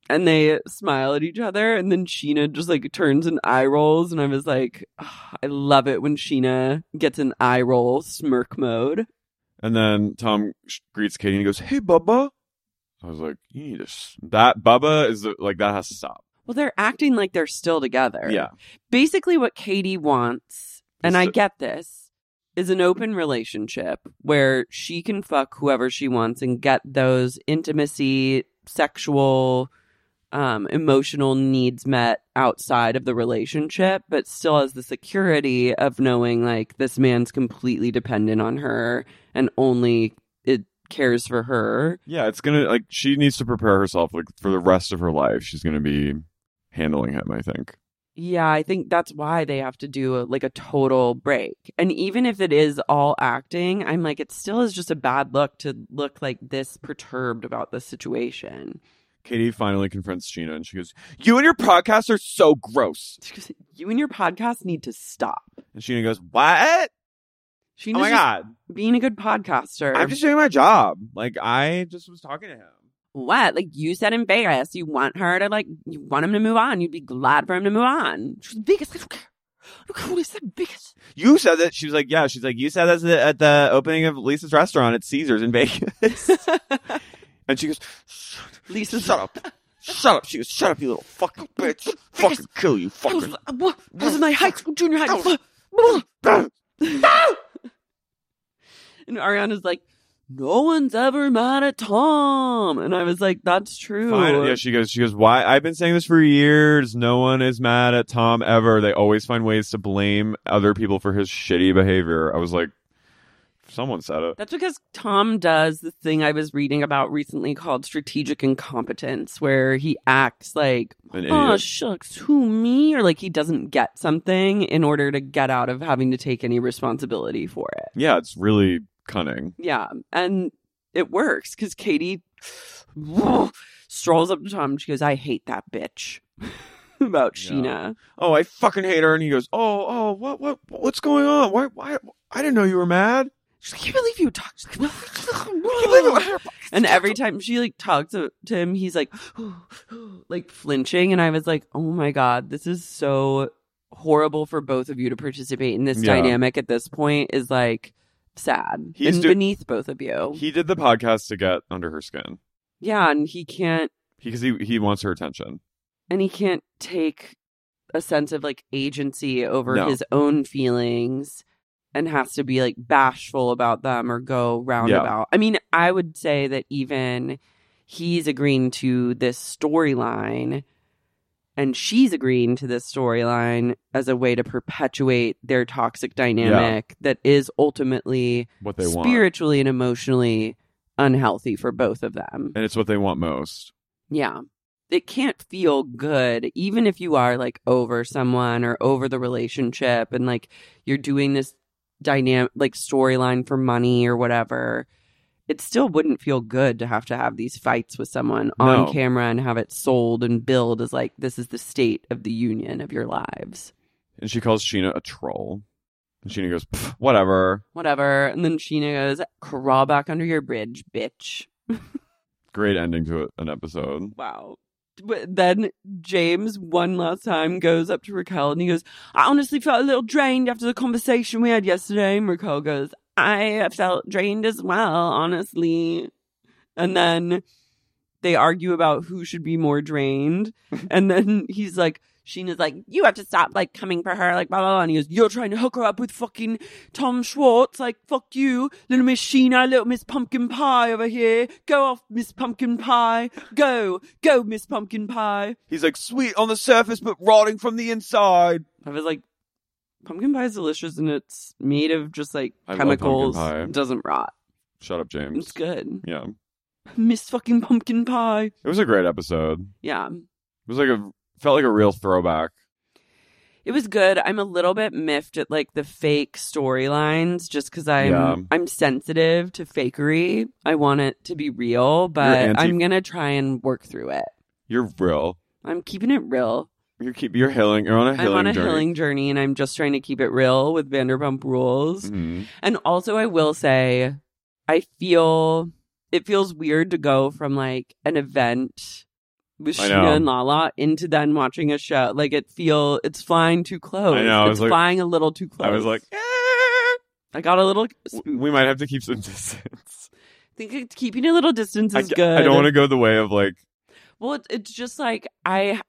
D: and they smile at each other and then sheena just like turns and eye rolls and i was like "Ah, i love it when sheena gets an eye roll smirk mode
C: And then Tom sh- greets Katie and he goes, "Hey, Bubba." I was like, "You need to s that Bubba is the, like that has to stop."
D: well they're acting like they're still together
C: Yeah.
D: basically what katie wants and
C: Is
D: i
C: to-
D: get this is an open relationship where she can fuck whoever she wants and get those intimacy sexual um, emotional needs met outside of the relationship but still has the security of knowing like this man's completely dependent on her and only it cares for her
C: Yeah, it's gonna like she needs to prepare herself like for the rest of her life. She's gonna be handling him. I think.
D: Yeah, I think that's why they have to do a, like a total break. And even if it is all acting, I'm like, it still is just a bad look to look like this perturbed about the situation.
C: Katie finally confronts Sheena and she goes,
D: You and your
C: podcasts are so gross.
D: You and your podcast need to stop.
C: and Sheena goes, "What?
D: Sheena's
C: oh my
D: just
C: god,
D: being a good podcaster.
C: I'm just doing my job. Like I just was talking to him."
D: what? Like you said in Vegas, you want her to like, you want him to move on. You'd be glad for him to move on. She's Vegas. I don't care. Look who is that Vegas.
C: You said that she was like, yeah. She's like, you said that at the opening of Lisa's restaurant at Caesars in Vegas. and she goes,
D: Lisa,
C: shut up, shut up. She goes, shut up, you little fucking bitch. Fucking kill you, fucking.
D: What was my high school, junior high
C: Oh.
D: school? and Ariana's like, no one's ever mad at Tom. And I was like, that's true.
C: Fine. Yeah, she goes. She goes. Why? I've been saying this for years. No one is mad at Tom ever. They always find ways to blame other people for his shitty behavior. I was like, someone said it.
D: That's because Tom does the thing I was reading about recently called strategic incompetence, where he acts like,
C: An
D: oh,
C: idiot.
D: shucks, who me? Or like he doesn't get something in order to get out of having to take any responsibility for it.
C: Yeah, it's really cunning.
D: Yeah. And it works because Katie strolls up to Tom and she goes, I hate that bitch about Sheena.
C: Oh, I fucking hate her. And he goes, oh, oh, what, what, what's going on? Why, why? I didn't know you were mad.
D: She's like, I can't believe you talked. and every time she like talks to, to him, he's like, like flinching. And I was like, oh my God, this is so horrible for both of you to participate in this
C: Yeah.
D: dynamic at this point is like sad
C: He's
D: and
C: do-
D: beneath both of you.
C: He did the podcast to get under her skin
D: yeah. And he can't
C: because he he wants her attention.
D: and he can't take a sense of like agency over
C: No.
D: his own feelings and has to be like bashful about them or go roundabout. I mean, I would say that even he's agreeing to this storyline and she's agreeing to this storyline as a way to perpetuate their toxic dynamic that is ultimately
C: What they want.
D: spiritually and emotionally unhealthy for both of them.
C: And it's what they want most.
D: Yeah. It can't feel good, even if you are like over someone or over the relationship and like you're doing this dynamic, like storyline for money or whatever. It still wouldn't feel good to have to have these fights with someone on
C: No.
D: camera and have it sold and billed as like this is the state of the union of your lives.
C: And she calls Sheena a troll. And Sheena goes, "Pff, whatever.
D: Whatever. And then Sheena goes, crawl back under your bridge, bitch.
C: Great ending to an episode.
D: Wow. But then James, one last time, goes up to Raquel and he goes, I honestly felt a little drained after the conversation we had yesterday. And Raquel goes, I felt drained as well, honestly. And then they argue about who should be more drained. and then he's like, Sheena's like, you have to stop like coming for her, like blah blah blah. And he goes, You're trying to hook her up with fucking Tom Schwartz, like fuck you, little Miss Sheena, little Miss Pumpkin Pie over here. Go off, Miss Pumpkin Pie. Go, go, Miss Pumpkin Pie.
F: He's like sweet on the surface, but rotting from the inside.
D: I was like, pumpkin pie is delicious and it's made of just like
C: I love pumpkin
D: chemicals.
C: pie.
D: It doesn't rot.
C: Shut up, James.
D: It's good.
C: Yeah.
D: Miss fucking pumpkin pie.
C: It was a great episode. It
D: Yeah.
C: was like a felt like a real throwback.
D: It was good. I'm a little bit miffed at like the fake storylines just because I'm
C: Yeah.
D: I'm sensitive to fakery. I want it to be real, but
C: anti-
D: I'm gonna try and work through it.
C: You're real.
D: I'm keeping it real.
C: You're keep you're healing. You're on a healing
D: I'm on a
C: journey.
D: healing journey and I'm just trying to keep it real with Vanderpump rules.
C: Mhm.
D: And also, I will say, I feel it feels weird to go from like an event with
C: I
D: Sheena
C: know.
D: and Lala into then watching a show. Like it feel it's flying too close.
C: I know, I
D: It's
C: was like-
D: flying a little too close.
C: I was like, "Eh,
D: I got a little.
C: we might have to keep some distance.
D: I think it's- keeping a little distance
C: I,
D: is
C: ca-
D: good.
C: I don't want to go the way of like
D: Well, it, it's just like I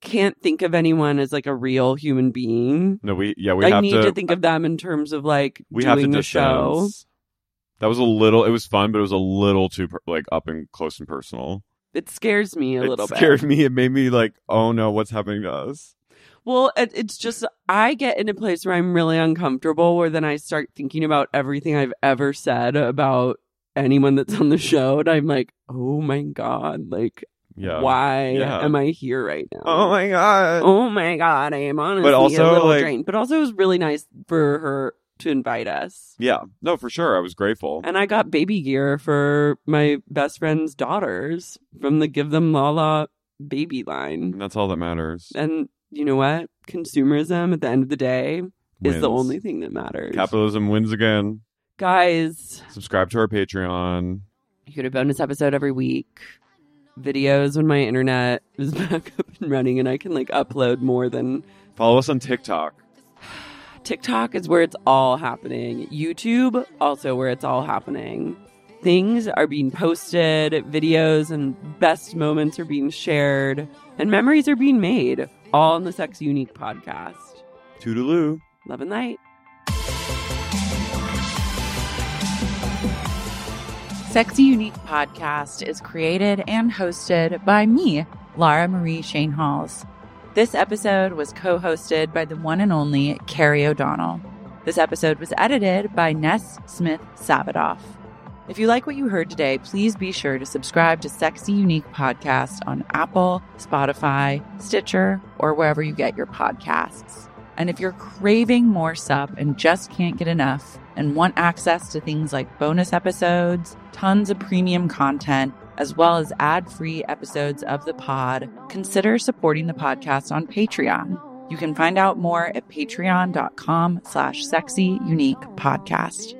D: can't think of anyone as like a real human being.
C: no. We yeah we
D: I
C: have
D: need
C: to,
D: to, think of them in terms of like
C: we
D: doing
C: have to
D: the
C: distance.
D: show.
C: That was a little. It was fun, but it was a little too per- like up and close and personal.
D: It scares me a
C: it
D: little bit.
C: scared me. It made me like, oh no, what's happening to us?
D: Well, it, it's just I get in a place where I'm really uncomfortable, where then I start thinking about everything I've ever said about anyone that's on the show, and I'm like, oh my god, like,
C: Yeah.
D: why
C: Yeah.
D: am I here right now?
C: Oh my god.
D: Oh my god, I am honestly
C: also,
D: a little
C: like-
D: drained. But also, it was really nice for her to invite us,
C: Yeah, no, for sure. I was grateful.
D: and I got baby gear for my best friend's daughters from the Give Them Lala baby line.
C: And that's all that matters.
D: And you know what? Consumerism at the end of the day is
C: Wins.
D: the only thing that matters.
C: Capitalism wins again.
D: Guys,
C: Subscribe to our Patreon.
D: you get a bonus episode every week. Videos when my internet is back up and running and I can like upload more than
C: Follow us on TikTok.
D: TikTok is where it's all happening. YouTube also where it's all happening. Things are being posted, videos and best moments are being shared, and memories are being made all on the Sex Unique podcast.
C: Toodaloo.
D: Love and light.
B: Sexy Unique podcast is created and hosted by me, Lara Marie Shane Halls. This episode was co hosted by the one and only Carrie O'Donnell. This episode was edited by Ness Smith Savadoff. If you like what you heard today, please be sure to subscribe to Sexy Unique Podcast on Apple, Spotify, Stitcher, or wherever you get your podcasts. And if you're craving more sup and just can't get enough and want access to things like bonus episodes, tons of premium content, as well as ad free episodes of the pod, consider supporting the podcast on Patreon. You can find out more at patreon.com slash sexy unique podcast.